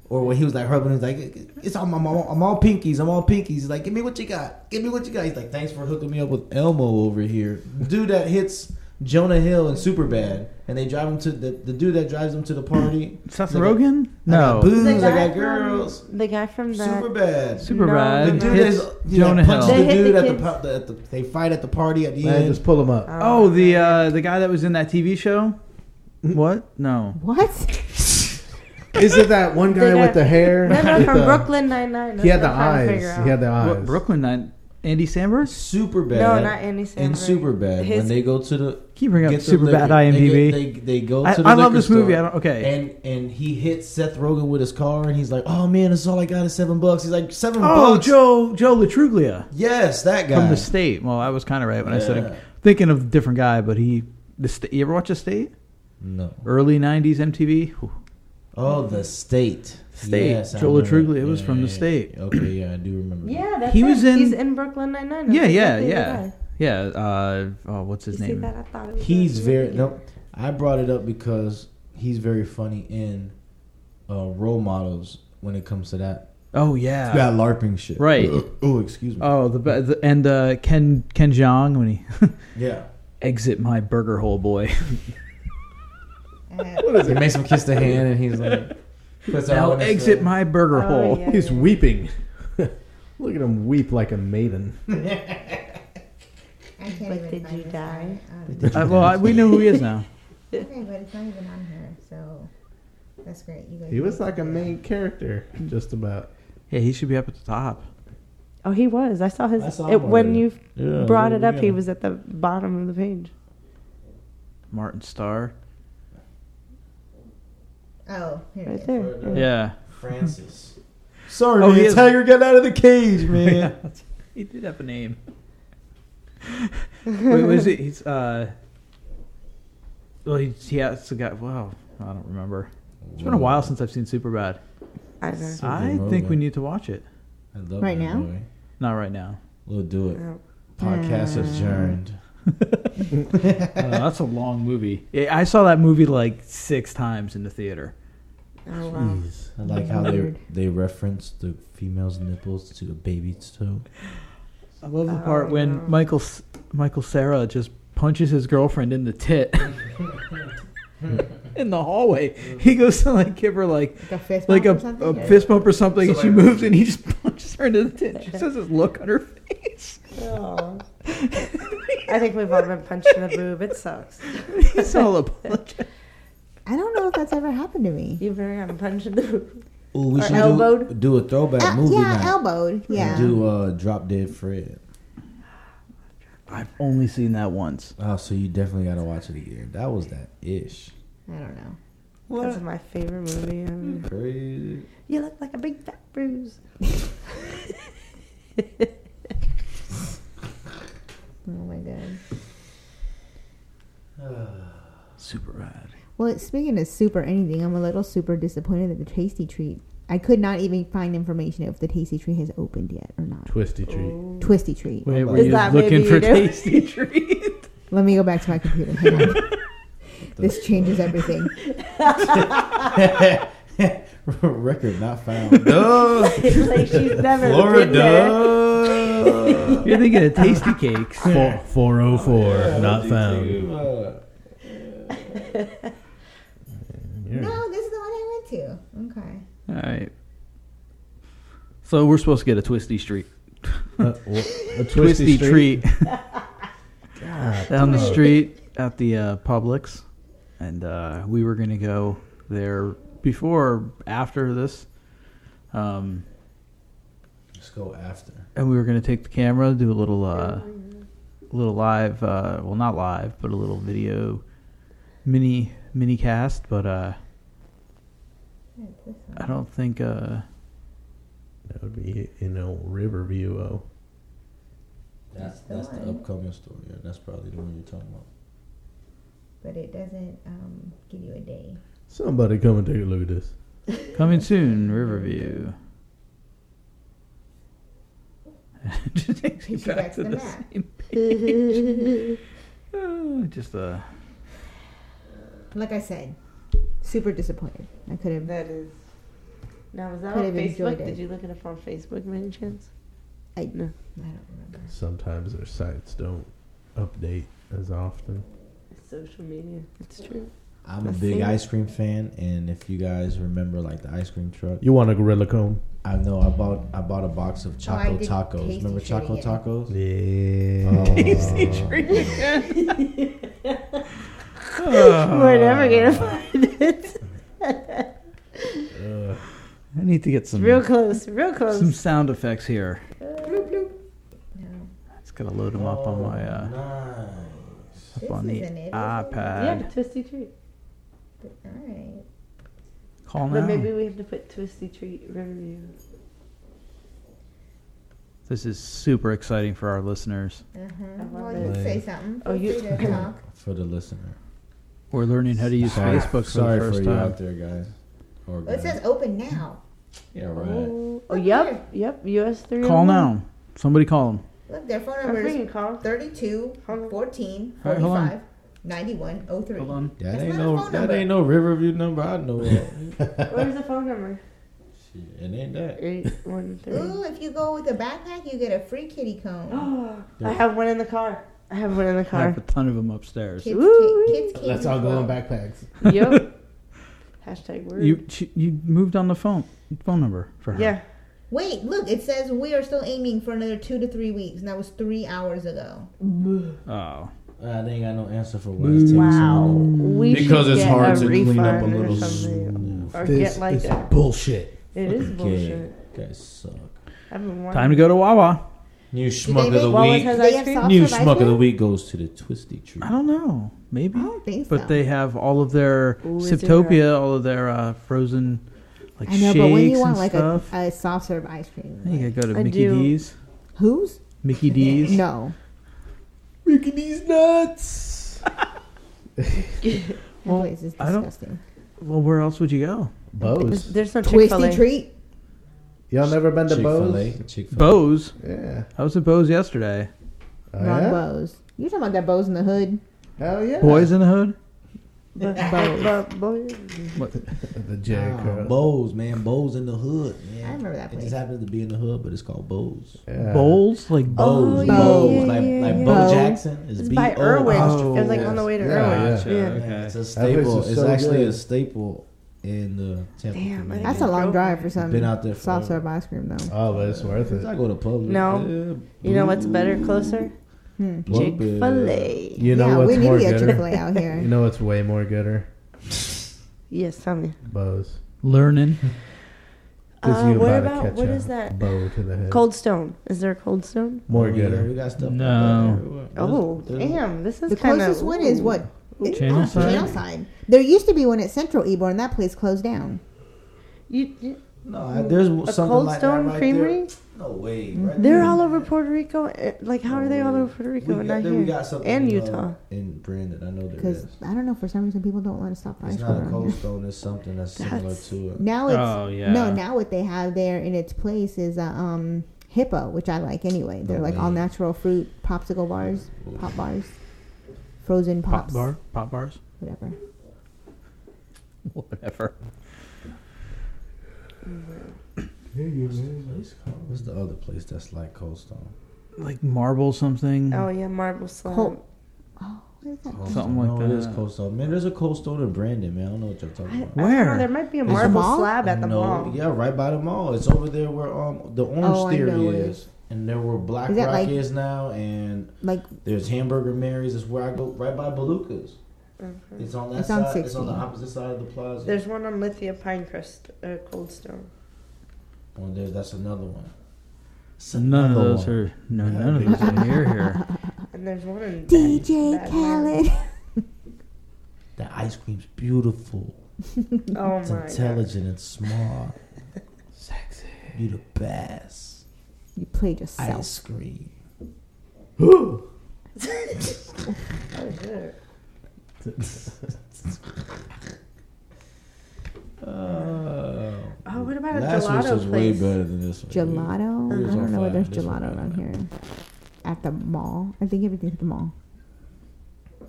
Speaker 5: or when he was like hugging, he's like, "It's all I'm, I'm, all, I'm all pinkies. I'm all pinkies." He's like, "Give me what you got. Give me what you got." He's like, "Thanks for hooking me up with Elmo over here." Dude that hits Jonah Hill and Superbad, and they drive him to the, the dude that drives him to the party.
Speaker 1: Seth
Speaker 5: He's like,
Speaker 1: Rogen?
Speaker 5: I got
Speaker 1: No.
Speaker 5: boobs. I
Speaker 4: guy
Speaker 5: got
Speaker 4: from-
Speaker 5: girls.
Speaker 4: The guy from that.
Speaker 5: Superbad.
Speaker 1: Super
Speaker 4: No,
Speaker 1: rad.
Speaker 5: The dude
Speaker 1: hits
Speaker 5: is
Speaker 1: Jonah Hill.
Speaker 5: The
Speaker 4: They hit
Speaker 5: dude
Speaker 4: the
Speaker 5: at the,
Speaker 4: kids.
Speaker 5: pub, at the they fight at the party at the
Speaker 7: Man,
Speaker 5: end.
Speaker 7: just pull them up.
Speaker 1: Oh, the uh, the guy that was in that TV show.
Speaker 5: Mm.
Speaker 1: What? No.
Speaker 2: What?
Speaker 7: Is it that one guy
Speaker 4: The guy-
Speaker 7: with the hair?
Speaker 4: No, no,
Speaker 7: with
Speaker 4: from
Speaker 7: the-
Speaker 4: Brooklyn Nine Nine.
Speaker 7: He had the eyes. He had the eyes.
Speaker 1: What, Brooklyn Nine? Andy Samberg?
Speaker 5: Super bad.
Speaker 4: No, not Andy
Speaker 5: And
Speaker 4: Samberg.
Speaker 5: super bad when
Speaker 4: His-
Speaker 5: they go to the
Speaker 1: Keep bringing up
Speaker 5: get the
Speaker 1: Superbad
Speaker 5: liquor-
Speaker 1: IMDb.
Speaker 5: They, get- they, they go. To
Speaker 1: I-
Speaker 5: the
Speaker 1: I love
Speaker 5: liquor
Speaker 1: this movie,
Speaker 5: store,
Speaker 1: I don't- okay.
Speaker 5: And and he hits Seth Rogen with his car, and he's like, "Oh man, that's all I got is seven bucks." He's like, seven
Speaker 1: Oh,
Speaker 5: bucks."
Speaker 1: Joe Joe Latruglia
Speaker 5: Yes, that guy.
Speaker 1: from The State. Well, I was kind of right when I said
Speaker 5: Yeah.
Speaker 1: it. Thinking of a different guy, but he. The Sta you ever watch The State?
Speaker 5: no.
Speaker 1: Early '90s MTV. Whew.
Speaker 5: Oh, the state.
Speaker 1: State.
Speaker 5: Yes, I
Speaker 1: Joe
Speaker 5: remember
Speaker 1: Latruglia,
Speaker 5: that.
Speaker 1: it was
Speaker 5: Yeah,
Speaker 1: from The
Speaker 5: yeah, yeah.
Speaker 1: State.
Speaker 5: Okay, yeah, I do remember. that.
Speaker 4: Yeah, that's
Speaker 1: He
Speaker 4: him.
Speaker 1: was in-
Speaker 4: He's in Brooklyn Nine Nine.
Speaker 1: Yeah, yeah, yeah, yeah. Uh, oh, what's his
Speaker 4: You see
Speaker 1: name?
Speaker 4: that? I thought it was
Speaker 5: He's
Speaker 4: him.
Speaker 5: very no. I brought it up because he's very funny in uh, role models when it comes to that
Speaker 1: Oh yeah.
Speaker 5: that LARPing shit.
Speaker 1: Right.
Speaker 5: oh, excuse me.
Speaker 1: Oh, the, be- the and uh, Ken Ken Jeong when he
Speaker 5: yeah.
Speaker 1: exit my burger hole boy.
Speaker 5: He makes him kiss the hand, and he's like, puts her
Speaker 1: Now
Speaker 5: on his
Speaker 1: exit
Speaker 5: side.
Speaker 1: my burger
Speaker 4: Oh,
Speaker 1: hole.
Speaker 4: yeah.
Speaker 7: He's weeping. Look at him weep like a maiden.
Speaker 2: I can't
Speaker 4: But did you die?
Speaker 2: Um,
Speaker 1: Uh, well, I, we know who he is now.
Speaker 2: Okay, but it's not even on here, so that's great. You guys
Speaker 7: He was like a main character, just about.
Speaker 1: Yeah, he should be up at the top.
Speaker 4: Oh, he was. I saw his.
Speaker 5: I saw
Speaker 4: it,
Speaker 5: him
Speaker 4: when
Speaker 5: already.
Speaker 4: you
Speaker 5: Yeah,
Speaker 4: brought
Speaker 5: yeah,
Speaker 4: it up, he
Speaker 5: yeah.
Speaker 4: was at the bottom of the page.
Speaker 1: Martin Starr.
Speaker 2: Oh, here
Speaker 4: Right
Speaker 2: it is.
Speaker 4: there.
Speaker 1: Yeah.
Speaker 5: Francis. Sorry,
Speaker 1: Oh, he
Speaker 5: man.
Speaker 1: is-
Speaker 5: Tiger got out of the cage, man.
Speaker 1: he did have a name. Wait, was it? He's uh. Well, he, he has the guy. Wow, I don't remember. It's been a while since I've seen Superbad.
Speaker 4: I
Speaker 5: Something
Speaker 1: I
Speaker 5: wrong
Speaker 1: think
Speaker 5: with
Speaker 1: we
Speaker 5: it.
Speaker 1: need to watch it.
Speaker 5: I love
Speaker 2: Right
Speaker 5: that
Speaker 2: now?
Speaker 5: movie.
Speaker 1: Not right now.
Speaker 5: We'll do it.
Speaker 4: Oh.
Speaker 5: Podcast adjourned.
Speaker 1: Uh, that's a long movie. Yeah, I saw that movie like six times in the theater.
Speaker 4: Oh, wow.
Speaker 5: Jeez. I like how they
Speaker 2: Weird.
Speaker 5: they reference the female's nipples to a baby's toe.
Speaker 1: I love the
Speaker 4: Oh,
Speaker 1: part when
Speaker 4: no.
Speaker 1: Michael S- Michael Sarah just punches his girlfriend in the tit in the hallway. He goes to like give her like
Speaker 2: Like a fist
Speaker 1: like a,
Speaker 2: bump or something?
Speaker 1: a fist bump or something, and she moves and he just punches her into the tit. She says this look on her face.
Speaker 4: Aw. Oh, I think we've all been punched in the boob. It sucks.
Speaker 1: He's all apologetic.
Speaker 2: I don't know if that's ever happened to me.
Speaker 4: You've ever gotten punched in the boob?
Speaker 5: Ooh, we
Speaker 4: Or
Speaker 5: should do,
Speaker 4: elbowed?
Speaker 5: do a throwback
Speaker 2: Uh,
Speaker 5: movie
Speaker 2: yeah,
Speaker 5: night.
Speaker 2: elbowed.
Speaker 5: And
Speaker 2: Yeah.
Speaker 5: Do uh, Drop Dead Fred.
Speaker 1: I've only seen that once.
Speaker 5: Oh, so you definitely gotta watch it again. That was that ish.
Speaker 2: I don't know.
Speaker 4: That's my favorite movie.
Speaker 5: Hmm.
Speaker 4: ever.
Speaker 5: Crazy.
Speaker 4: You look like a big fat bruise.
Speaker 2: Oh my god.
Speaker 1: Super rad.
Speaker 2: Well, speaking of super anything, I'm a little super disappointed that the Tasty Treat. I could not even find information if the Tasty Treat has opened yet or not.
Speaker 7: Twisty treat.
Speaker 4: Oh.
Speaker 2: Twisty Treat.
Speaker 1: Oh. Wait,
Speaker 5: were
Speaker 1: were
Speaker 5: Is
Speaker 1: you
Speaker 4: you that looking
Speaker 1: looking
Speaker 4: maybe for
Speaker 1: for Oh,
Speaker 4: you
Speaker 1: tasty
Speaker 4: do?
Speaker 1: treat?
Speaker 2: Let me go back to my computer. Hang on. this changes everything.
Speaker 5: Record not found. Duh.
Speaker 4: like she's never been there.
Speaker 5: Florida.
Speaker 1: You're thinking of tasty cakes.
Speaker 7: Four, 404, not found.
Speaker 2: No, this is the one I went to. Okay.
Speaker 1: All right. So we're supposed to get a twisty street.
Speaker 7: Uh, wha- a
Speaker 1: twisty, treat
Speaker 7: God,
Speaker 1: down the street at the uh, Publix, and uh, we were gonna go there before or after this, um,
Speaker 5: Let's go after.
Speaker 1: and we were gonna take the camera, do a little, uh, little live, uh, well not live, but a little video, mini mini cast. But uh, I don't think uh,
Speaker 7: That would be in El Riverview. Oh,
Speaker 5: That's that's the upcoming story. Yeah, That's probably the one you're talking about.
Speaker 2: But it doesn't um, give you a day.
Speaker 7: somebody come and take a look at this.
Speaker 1: coming soon, Riverview. Just takes you
Speaker 2: Takes you
Speaker 1: back to the
Speaker 2: map.
Speaker 1: same page. Uh, Just uh,
Speaker 2: Like I said, super disappointed. I could have.
Speaker 4: That is. Now, was that
Speaker 2: Could
Speaker 4: on
Speaker 2: have enjoyed
Speaker 4: Facebook?
Speaker 2: it.
Speaker 4: Did you look it up on Facebook by any chance?
Speaker 2: I,
Speaker 4: No.
Speaker 2: I don't remember.
Speaker 7: Sometimes their sites don't update as often.
Speaker 4: Social media. It's true.
Speaker 5: I'm a
Speaker 4: Let's
Speaker 5: big
Speaker 4: see.
Speaker 5: ice cream fan, and if you guys remember, like the ice cream truck,
Speaker 7: You want a gorilla cone?
Speaker 5: I know I bought I bought a box of
Speaker 2: Oh, I
Speaker 5: Choco
Speaker 2: did
Speaker 5: Tacos.
Speaker 2: Tasty
Speaker 5: Remember
Speaker 2: Treat
Speaker 5: Choco
Speaker 2: again.
Speaker 5: Tacos? Oh.
Speaker 7: Yeah.
Speaker 5: Tasty
Speaker 4: We're never gonna
Speaker 1: Uh.
Speaker 4: find it.
Speaker 1: I need to get some
Speaker 4: Real close. Real
Speaker 1: some
Speaker 4: close.
Speaker 1: sound effects here.
Speaker 2: No.
Speaker 1: Just gotta load them up
Speaker 5: Oh,
Speaker 1: on my uh,
Speaker 5: Nice.
Speaker 1: up on
Speaker 2: This
Speaker 1: the
Speaker 2: isn't it, is it?
Speaker 4: Yeah,
Speaker 1: iPad.
Speaker 4: twisty treat.
Speaker 2: All right.
Speaker 1: Call
Speaker 4: But
Speaker 1: now.
Speaker 4: maybe we have to put twisty treat review.
Speaker 1: This is super exciting for our listeners.
Speaker 2: Uh-huh.
Speaker 4: love
Speaker 2: Well, you
Speaker 5: it.
Speaker 2: say something.
Speaker 4: Oh, you-
Speaker 2: Feel free to talk.
Speaker 5: For the listener.
Speaker 1: We're learning how to use
Speaker 5: Sorry-
Speaker 1: Facebook for
Speaker 5: Sorry
Speaker 1: the first
Speaker 5: for you
Speaker 1: time.
Speaker 5: out there, guys. Or
Speaker 2: Well, it
Speaker 5: guys.
Speaker 2: says open now.
Speaker 5: Yeah, right.
Speaker 4: Oh, oh, yep, yep. US three. oh
Speaker 1: Call now. Somebody call them.
Speaker 2: Look, their phone
Speaker 4: I'm
Speaker 2: number is
Speaker 4: freaking call.
Speaker 2: 32 14
Speaker 1: All right, hold on.
Speaker 2: 45 91 03.
Speaker 5: That
Speaker 2: That's
Speaker 5: ain't
Speaker 2: not a
Speaker 5: no
Speaker 2: phone
Speaker 5: that
Speaker 2: number.
Speaker 5: ain't no Riverview number I know. of.
Speaker 4: Where's the phone number?
Speaker 5: Shit, it ain't that.
Speaker 4: Eight one three.
Speaker 2: Ooh, if you go with a backpack, you get a free kitty cone.
Speaker 4: Oh, I have one in the car. I have one in the
Speaker 1: I have
Speaker 4: car.
Speaker 1: a ton of them upstairs.
Speaker 2: Kids,
Speaker 4: Ooh.
Speaker 2: ki- kids, kids.
Speaker 3: Let's all go in backpacks.
Speaker 4: yep. Hashtag word.
Speaker 1: You she, you moved on the phone phone number for her.
Speaker 4: yeah.
Speaker 2: Wait, look, it says we are still aiming for another two to three weeks, and that was three hours ago.
Speaker 1: Oh.
Speaker 5: I ain't got no answer for why it's taking
Speaker 4: Wow.
Speaker 5: so long.
Speaker 4: We
Speaker 3: Because
Speaker 4: should
Speaker 3: it's
Speaker 4: get
Speaker 3: hard
Speaker 4: a
Speaker 3: to clean up a
Speaker 4: refund
Speaker 3: little
Speaker 4: Or, something. or
Speaker 3: This
Speaker 4: get like
Speaker 3: is
Speaker 4: a.
Speaker 3: bullshit.
Speaker 4: It is
Speaker 5: Fucking gay.
Speaker 4: bullshit.
Speaker 5: Guys suck.
Speaker 4: I've been wanting
Speaker 1: Time to go to Wawa.
Speaker 5: New schmuck of the
Speaker 4: Wawa's
Speaker 5: week.
Speaker 4: has ice cream?
Speaker 5: New
Speaker 4: Soft serve ice
Speaker 5: schmuck of the
Speaker 4: cream?
Speaker 5: week goes to the twisty tree.
Speaker 1: I don't know. Maybe. I don't
Speaker 2: think
Speaker 1: But
Speaker 2: so.
Speaker 1: they have all of their
Speaker 2: Ooh, Oh. is it
Speaker 1: Siptopia, all of their uh, frozen like
Speaker 2: I know,
Speaker 1: shakes
Speaker 2: but when you want
Speaker 1: and
Speaker 2: like a,
Speaker 1: stuff.
Speaker 2: a soft serve ice cream,
Speaker 1: I think I
Speaker 2: like-
Speaker 1: go to Mickey D's.
Speaker 2: Whose?
Speaker 1: Mickey D's.
Speaker 2: No.
Speaker 5: Mickey D's nuts.
Speaker 2: That place is
Speaker 1: I don't-
Speaker 2: disgusting.
Speaker 1: Well, where else would you go?
Speaker 7: Bo's.
Speaker 4: There's no
Speaker 2: Twisty
Speaker 4: Chick-fil-A.
Speaker 2: treat.
Speaker 7: Y'all never been to
Speaker 5: Chick-fil-A.
Speaker 7: Bo's?
Speaker 5: Chick-fil-A.
Speaker 1: Bows.
Speaker 7: Yeah.
Speaker 1: I was at Bows yesterday.
Speaker 7: Oh,
Speaker 2: Wrong
Speaker 7: yeah?
Speaker 2: bows. You talking about that bows in the hood?
Speaker 7: Hell yeah.
Speaker 1: Boys in the Hood.
Speaker 4: But,
Speaker 2: Bows.
Speaker 4: but, but,
Speaker 1: What?
Speaker 7: The Jerry
Speaker 5: Nah,
Speaker 7: Curl.
Speaker 5: Bowls, man. Bowls in the hood, man.
Speaker 2: I remember that
Speaker 5: It
Speaker 2: place.
Speaker 5: just happens to be in the hood, but it's called Bowls.
Speaker 7: Yeah.
Speaker 1: Bowls like
Speaker 2: Oh.
Speaker 5: Bowls,
Speaker 4: Oh, yeah,
Speaker 5: Bowls,
Speaker 4: yeah,
Speaker 5: like
Speaker 4: yeah,
Speaker 5: like
Speaker 4: yeah.
Speaker 5: Bo
Speaker 2: Bo.
Speaker 5: Jackson is
Speaker 4: it's
Speaker 5: B
Speaker 4: by
Speaker 5: O
Speaker 4: Irwin.
Speaker 1: oh,
Speaker 4: it's like on the way to
Speaker 7: yeah,
Speaker 4: Irwin.
Speaker 7: Oh, yeah.
Speaker 4: Yeah.
Speaker 5: Yeah, it's a
Speaker 7: place is
Speaker 5: staple. It's
Speaker 7: so
Speaker 5: actually
Speaker 7: good.
Speaker 5: a staple in the Tampa
Speaker 4: Damn, I
Speaker 5: community.
Speaker 4: didn't
Speaker 2: That's a long drive for some
Speaker 5: Been out there
Speaker 2: soft
Speaker 5: forever.
Speaker 2: serve ice cream though.
Speaker 7: Oh, but it's worth
Speaker 5: I
Speaker 7: it.
Speaker 5: go to Publix.
Speaker 4: No. You know what's better, closer?
Speaker 2: Hmm.
Speaker 5: Well,
Speaker 4: Chick Fil A.
Speaker 7: You know
Speaker 2: yeah,
Speaker 7: what's
Speaker 2: we need
Speaker 7: more
Speaker 2: to get Chick Fil
Speaker 7: gooder?
Speaker 2: A out
Speaker 7: You
Speaker 2: here.
Speaker 7: know what's way more gooder?
Speaker 4: Yes, tell me.
Speaker 7: Bo's.
Speaker 1: learning.
Speaker 7: Because
Speaker 4: Uh,
Speaker 7: you
Speaker 4: what
Speaker 7: about
Speaker 4: about-
Speaker 7: to catch
Speaker 4: what
Speaker 7: a
Speaker 4: is that?
Speaker 7: Bow to the head.
Speaker 4: Cold Stone. Is there a Cold Stone?
Speaker 7: More
Speaker 5: yeah,
Speaker 7: gooder.
Speaker 5: we got stuff.
Speaker 1: No.
Speaker 5: Like that everywhere.
Speaker 4: Oh,
Speaker 5: There's- there's-
Speaker 4: damn. This is
Speaker 2: The
Speaker 4: kind
Speaker 2: closest one is what? It's
Speaker 1: Channel
Speaker 2: not
Speaker 1: side?
Speaker 2: Channel side. There used to be one at Central Ebor, and that place closed down.
Speaker 4: You, you-
Speaker 5: No, Uh, there's
Speaker 4: a
Speaker 5: something
Speaker 4: Cold
Speaker 5: like
Speaker 4: Stone
Speaker 5: that right
Speaker 4: Creamery?
Speaker 5: There. No way. Right
Speaker 4: They're all over Puerto Rico. eh, Like, how are they all
Speaker 5: No.
Speaker 4: over Puerto Rico
Speaker 5: Hmm. Oh, we
Speaker 4: and
Speaker 5: got,
Speaker 4: not
Speaker 5: there
Speaker 4: here?
Speaker 5: we got something
Speaker 4: and
Speaker 5: in, uh,
Speaker 4: Utah.
Speaker 5: in Brandon. I know there
Speaker 2: Because
Speaker 5: is.
Speaker 2: I don't know, for some reason, people don't want to stop ice
Speaker 5: It's
Speaker 2: cream.
Speaker 5: not a
Speaker 2: around
Speaker 5: cold
Speaker 2: here.
Speaker 5: stone. It's something that's similar
Speaker 4: That's-
Speaker 5: to it.
Speaker 2: Now it's
Speaker 1: Oh, yeah.
Speaker 2: no. Now what they have there in its place is a um, hippo, which I like anyway. They're
Speaker 5: No
Speaker 2: like
Speaker 5: way.
Speaker 2: all natural fruit popsicle bars, pop bars, frozen
Speaker 1: Pop
Speaker 2: pops,
Speaker 1: bar. Pop bars.
Speaker 2: whatever.
Speaker 1: Whatever.
Speaker 5: What's the other place that's like cold stone?
Speaker 1: Like marble
Speaker 5: hmm.
Speaker 1: something.
Speaker 4: Oh, yeah, Marble Slab.
Speaker 2: Cold. Oh, what is that?
Speaker 5: Cold
Speaker 1: Something
Speaker 5: Stone.
Speaker 1: like
Speaker 5: no, It is
Speaker 1: that.
Speaker 5: cold stone. Man, there's a cold stone in Brandon. Man, I don't know what y'all
Speaker 4: I, I
Speaker 5: talking
Speaker 4: don't
Speaker 5: about.
Speaker 4: know,
Speaker 1: Where?
Speaker 4: there might be a
Speaker 5: Is it
Speaker 4: marble
Speaker 2: mall?
Speaker 4: slab at the
Speaker 5: no,
Speaker 4: mall.
Speaker 5: Yeah, right by the mall. It's over there where um the Orange
Speaker 2: Oh, I know
Speaker 5: Theory
Speaker 2: it
Speaker 5: is, and there where Black
Speaker 2: Is that
Speaker 5: Rock
Speaker 2: like-
Speaker 5: is now, and
Speaker 2: Like
Speaker 5: there's Hamburger Mary's. Is where I go right by Beluca's. It's on that
Speaker 2: It's on
Speaker 5: side. it's on the
Speaker 2: 16.
Speaker 5: opposite side of the plaza.
Speaker 4: There's one on Lithia Pinecrest, uh, Cold Stone.
Speaker 5: Well, there's Oh, that's another one. It's
Speaker 1: None of
Speaker 5: another
Speaker 1: those
Speaker 5: one.
Speaker 1: are no. None of those are near here.
Speaker 4: And there's one in
Speaker 2: DJ
Speaker 4: Bad- Badlands.
Speaker 2: Khaled.
Speaker 5: The ice cream's beautiful.
Speaker 4: Oh
Speaker 5: It's
Speaker 4: my god.
Speaker 5: intelligent and smart. Sexy. You the best.
Speaker 2: you played yourself.
Speaker 5: Ice cream.
Speaker 4: Uh,
Speaker 5: Oh.
Speaker 4: Oh, what about a
Speaker 5: Last
Speaker 4: gelato
Speaker 5: week's was way
Speaker 4: place?
Speaker 5: better than this one.
Speaker 2: Gelato.
Speaker 5: Here's
Speaker 2: I
Speaker 5: our
Speaker 2: don't know where
Speaker 5: flag.
Speaker 2: there's
Speaker 5: This one
Speaker 2: gelato
Speaker 5: right
Speaker 2: around
Speaker 5: there.
Speaker 2: here. At the mall, I think everything's at the mall.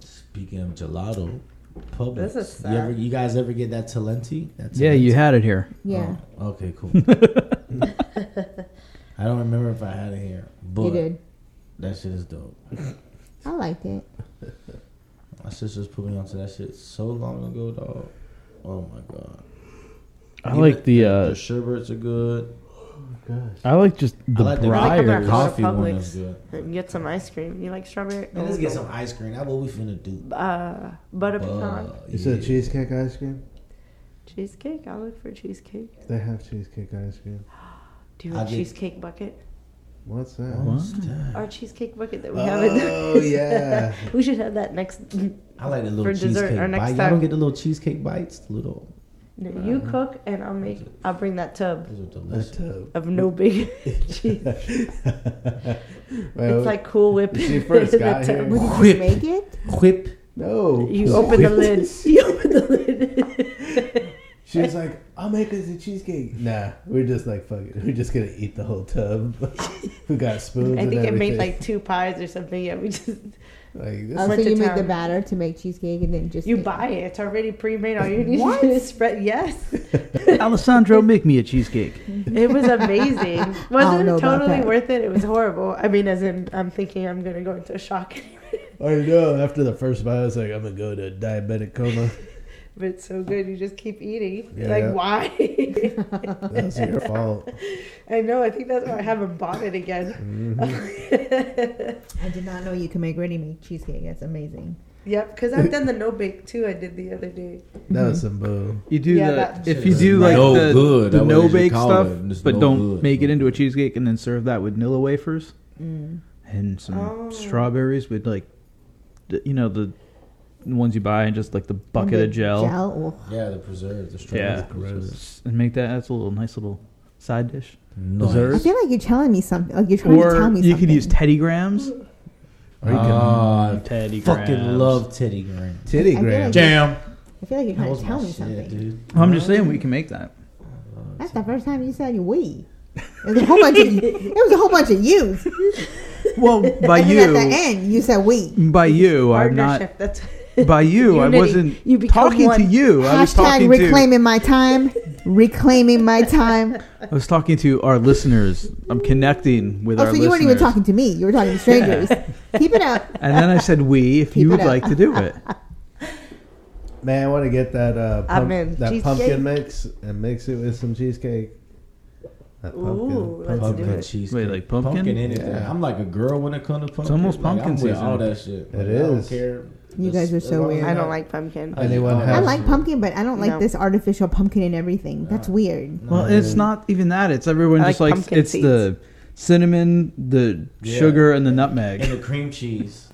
Speaker 5: Speaking of gelato, Publix.
Speaker 4: This is
Speaker 5: You,
Speaker 4: sad.
Speaker 5: ever, you guys ever get that Talenti? That
Speaker 1: Yeah, you
Speaker 5: Talenti?
Speaker 1: had it here.
Speaker 2: Yeah,
Speaker 5: Oh, okay, cool. I don't remember if I had it here, but
Speaker 2: you did.
Speaker 5: that shit is dope.
Speaker 2: I liked it.
Speaker 5: My sisters put me onto that shit so long ago, dog. Oh my god.
Speaker 1: I
Speaker 5: Even
Speaker 1: like the.
Speaker 5: the
Speaker 1: uh
Speaker 5: sherbets are good.
Speaker 1: I like just the
Speaker 5: I like the
Speaker 4: Briars.
Speaker 5: the
Speaker 1: briars.
Speaker 5: coffee one
Speaker 4: Publix.
Speaker 5: is good.
Speaker 4: And get some ice cream. You like strawberry?
Speaker 5: Man, let's get some ice cream. That's what we finna do.
Speaker 4: Uh, butter
Speaker 5: Uh,
Speaker 4: pecan.
Speaker 7: Is it cheesecake ice cream?
Speaker 4: Cheesecake? I'll look for cheesecake.
Speaker 7: They have cheesecake ice cream.
Speaker 4: Do you have
Speaker 5: I
Speaker 4: a
Speaker 5: get-
Speaker 4: cheesecake bucket?
Speaker 7: What's that?
Speaker 4: Our cheesecake bucket that we have in
Speaker 7: Oh, yeah.
Speaker 4: we should have that next. No,
Speaker 5: I like the little
Speaker 4: For dessert,
Speaker 5: cheesecake
Speaker 4: our next
Speaker 5: bite. Y'all
Speaker 4: time.
Speaker 5: don't get the little cheesecake bites. The little.
Speaker 4: you cook and I'll make. I'll bring that tub
Speaker 5: Those are
Speaker 7: That's
Speaker 5: delicious.
Speaker 7: dope.
Speaker 4: of no big cheese.
Speaker 7: Well,
Speaker 4: It's like Cool Whip.
Speaker 7: she first
Speaker 4: in the
Speaker 7: got here.
Speaker 4: tub.
Speaker 2: What did
Speaker 5: Whip.
Speaker 2: you make it?
Speaker 5: Quip.
Speaker 7: no.
Speaker 4: You open the lid. You open the lid.
Speaker 7: She was like, "I'll make us a cheesecake." Nah, we're just like, "Fuck it, we're just gonna eat the whole tub." we got spoons.
Speaker 4: I
Speaker 7: and
Speaker 4: think it made
Speaker 7: everything.
Speaker 4: like two pies or something. Yeah, we just
Speaker 7: Like, this.
Speaker 2: Oh, so
Speaker 4: Went to
Speaker 2: you made
Speaker 4: town.
Speaker 2: the batter to make cheesecake and then just
Speaker 4: you
Speaker 2: make-
Speaker 4: buy it. It's already pre-made. All you need to do is spread. Yes,
Speaker 1: Alessandro, make me a cheesecake.
Speaker 4: it was amazing.
Speaker 2: don't
Speaker 4: Wasn't
Speaker 2: know
Speaker 4: it
Speaker 2: about
Speaker 4: totally
Speaker 2: that.
Speaker 4: worth it? It was horrible. I mean, as in, I'm thinking I'm gonna go into a shock,
Speaker 7: I know. After the first bite, I was like, "I'm gonna go to a diabetic coma."
Speaker 4: but it's so good. You just keep eating.
Speaker 7: Yeah.
Speaker 4: Like why?
Speaker 7: That's your fault.
Speaker 4: I know. I think that's why I haven't bought it again.
Speaker 2: I did not know you could make ready-made cheesecake. That's amazing.
Speaker 4: Yep, because I've done the no bake too. I did the other day.
Speaker 7: That was some bull.
Speaker 1: You do
Speaker 4: Yeah,
Speaker 1: the
Speaker 4: that
Speaker 1: if
Speaker 4: shit
Speaker 1: you
Speaker 4: is
Speaker 1: do like
Speaker 7: no
Speaker 1: the,
Speaker 7: good.
Speaker 1: the
Speaker 7: That's what
Speaker 1: no
Speaker 7: they should
Speaker 1: bake
Speaker 7: call
Speaker 1: stuff,
Speaker 7: it. It's
Speaker 1: but
Speaker 7: no
Speaker 1: don't
Speaker 7: good.
Speaker 1: make it into a cheesecake and then serve that with Nilla wafers and some
Speaker 4: Oh.
Speaker 1: strawberries with like, the, you know the ones you buy and just like the bucket
Speaker 2: the
Speaker 1: of gel.
Speaker 2: Gel. ugh.
Speaker 5: Yeah, the preserves, the
Speaker 1: Yeah,
Speaker 5: strawberries.
Speaker 1: S- and make that. That's a little nice little side dish.
Speaker 5: Nice.
Speaker 2: I
Speaker 1: Desserts.
Speaker 2: feel like you're telling me something. Like you're trying to tell
Speaker 1: Or
Speaker 2: me
Speaker 1: you
Speaker 2: something.
Speaker 1: could use Teddy Grahams. Or you could-
Speaker 5: Ah,
Speaker 1: Teddy
Speaker 5: fucking
Speaker 1: Grahams.
Speaker 5: love Teddy Graham.
Speaker 7: Titty
Speaker 2: I feel
Speaker 7: gram.
Speaker 2: like-
Speaker 5: Jam.
Speaker 2: I feel like you're
Speaker 5: That
Speaker 2: trying
Speaker 5: was
Speaker 2: to
Speaker 5: my
Speaker 2: tell me
Speaker 5: shit,
Speaker 2: something.
Speaker 5: dude.
Speaker 1: I'm just saying we can make that.
Speaker 2: That's the first time you said you we. It was a whole bunch of it was a whole bunch of yous.
Speaker 1: Well, by
Speaker 2: and then at the
Speaker 1: you,
Speaker 2: end, you said we.
Speaker 1: by you, I'm not.
Speaker 4: Partnership. That's
Speaker 1: By you, I
Speaker 4: Unity.
Speaker 1: wasn't
Speaker 4: You become
Speaker 1: talking to
Speaker 4: one.
Speaker 1: you. I was
Speaker 2: Hashtag
Speaker 1: talking to.
Speaker 2: reclaiming my time. Reclaiming my time.
Speaker 1: I was talking to our listeners. I'm connecting with
Speaker 2: Oh,
Speaker 1: our
Speaker 2: so
Speaker 1: listeners.
Speaker 2: you weren't even talking to me. You were talking to strangers. Keep it up.
Speaker 1: And then I said, "We, if
Speaker 2: Keep
Speaker 1: you would
Speaker 2: it up.
Speaker 1: like to do it."
Speaker 7: Man, I want to get that uh,
Speaker 4: I'm
Speaker 7: pump,
Speaker 4: in.
Speaker 7: that
Speaker 4: Cheesecake.
Speaker 7: pumpkin mix and mix it with some cheesecake. That pumpkin.
Speaker 4: Ooh,
Speaker 7: pumpkin.
Speaker 4: let's do
Speaker 5: Pumpkin
Speaker 4: it.
Speaker 5: cheesecake.
Speaker 1: Wait, like pumpkin?
Speaker 5: anything.
Speaker 7: Yeah.
Speaker 5: I'm like a girl when it comes to pumpkin.
Speaker 1: almost
Speaker 5: Like, I'm
Speaker 1: pumpkin
Speaker 5: with
Speaker 1: season.
Speaker 5: All that shit. It
Speaker 7: It
Speaker 5: I don't
Speaker 7: is.
Speaker 5: care.
Speaker 2: You
Speaker 5: That's-
Speaker 2: guys are so
Speaker 5: as long as
Speaker 2: weird.
Speaker 4: I
Speaker 5: not-
Speaker 4: don't like pumpkin.
Speaker 7: Anyone
Speaker 5: I
Speaker 2: I
Speaker 7: has
Speaker 2: like pumpkin, but I don't like
Speaker 4: No.
Speaker 2: this artificial pumpkin and everything. That's weird.
Speaker 5: uh,
Speaker 1: Well, it's not even that. It's everyone
Speaker 4: I
Speaker 1: just
Speaker 4: like
Speaker 1: likes
Speaker 4: pumpkin
Speaker 1: it's the cinnamon, the
Speaker 5: Yeah.
Speaker 1: sugar, and the
Speaker 5: And
Speaker 1: nutmeg.
Speaker 5: the cream cheese.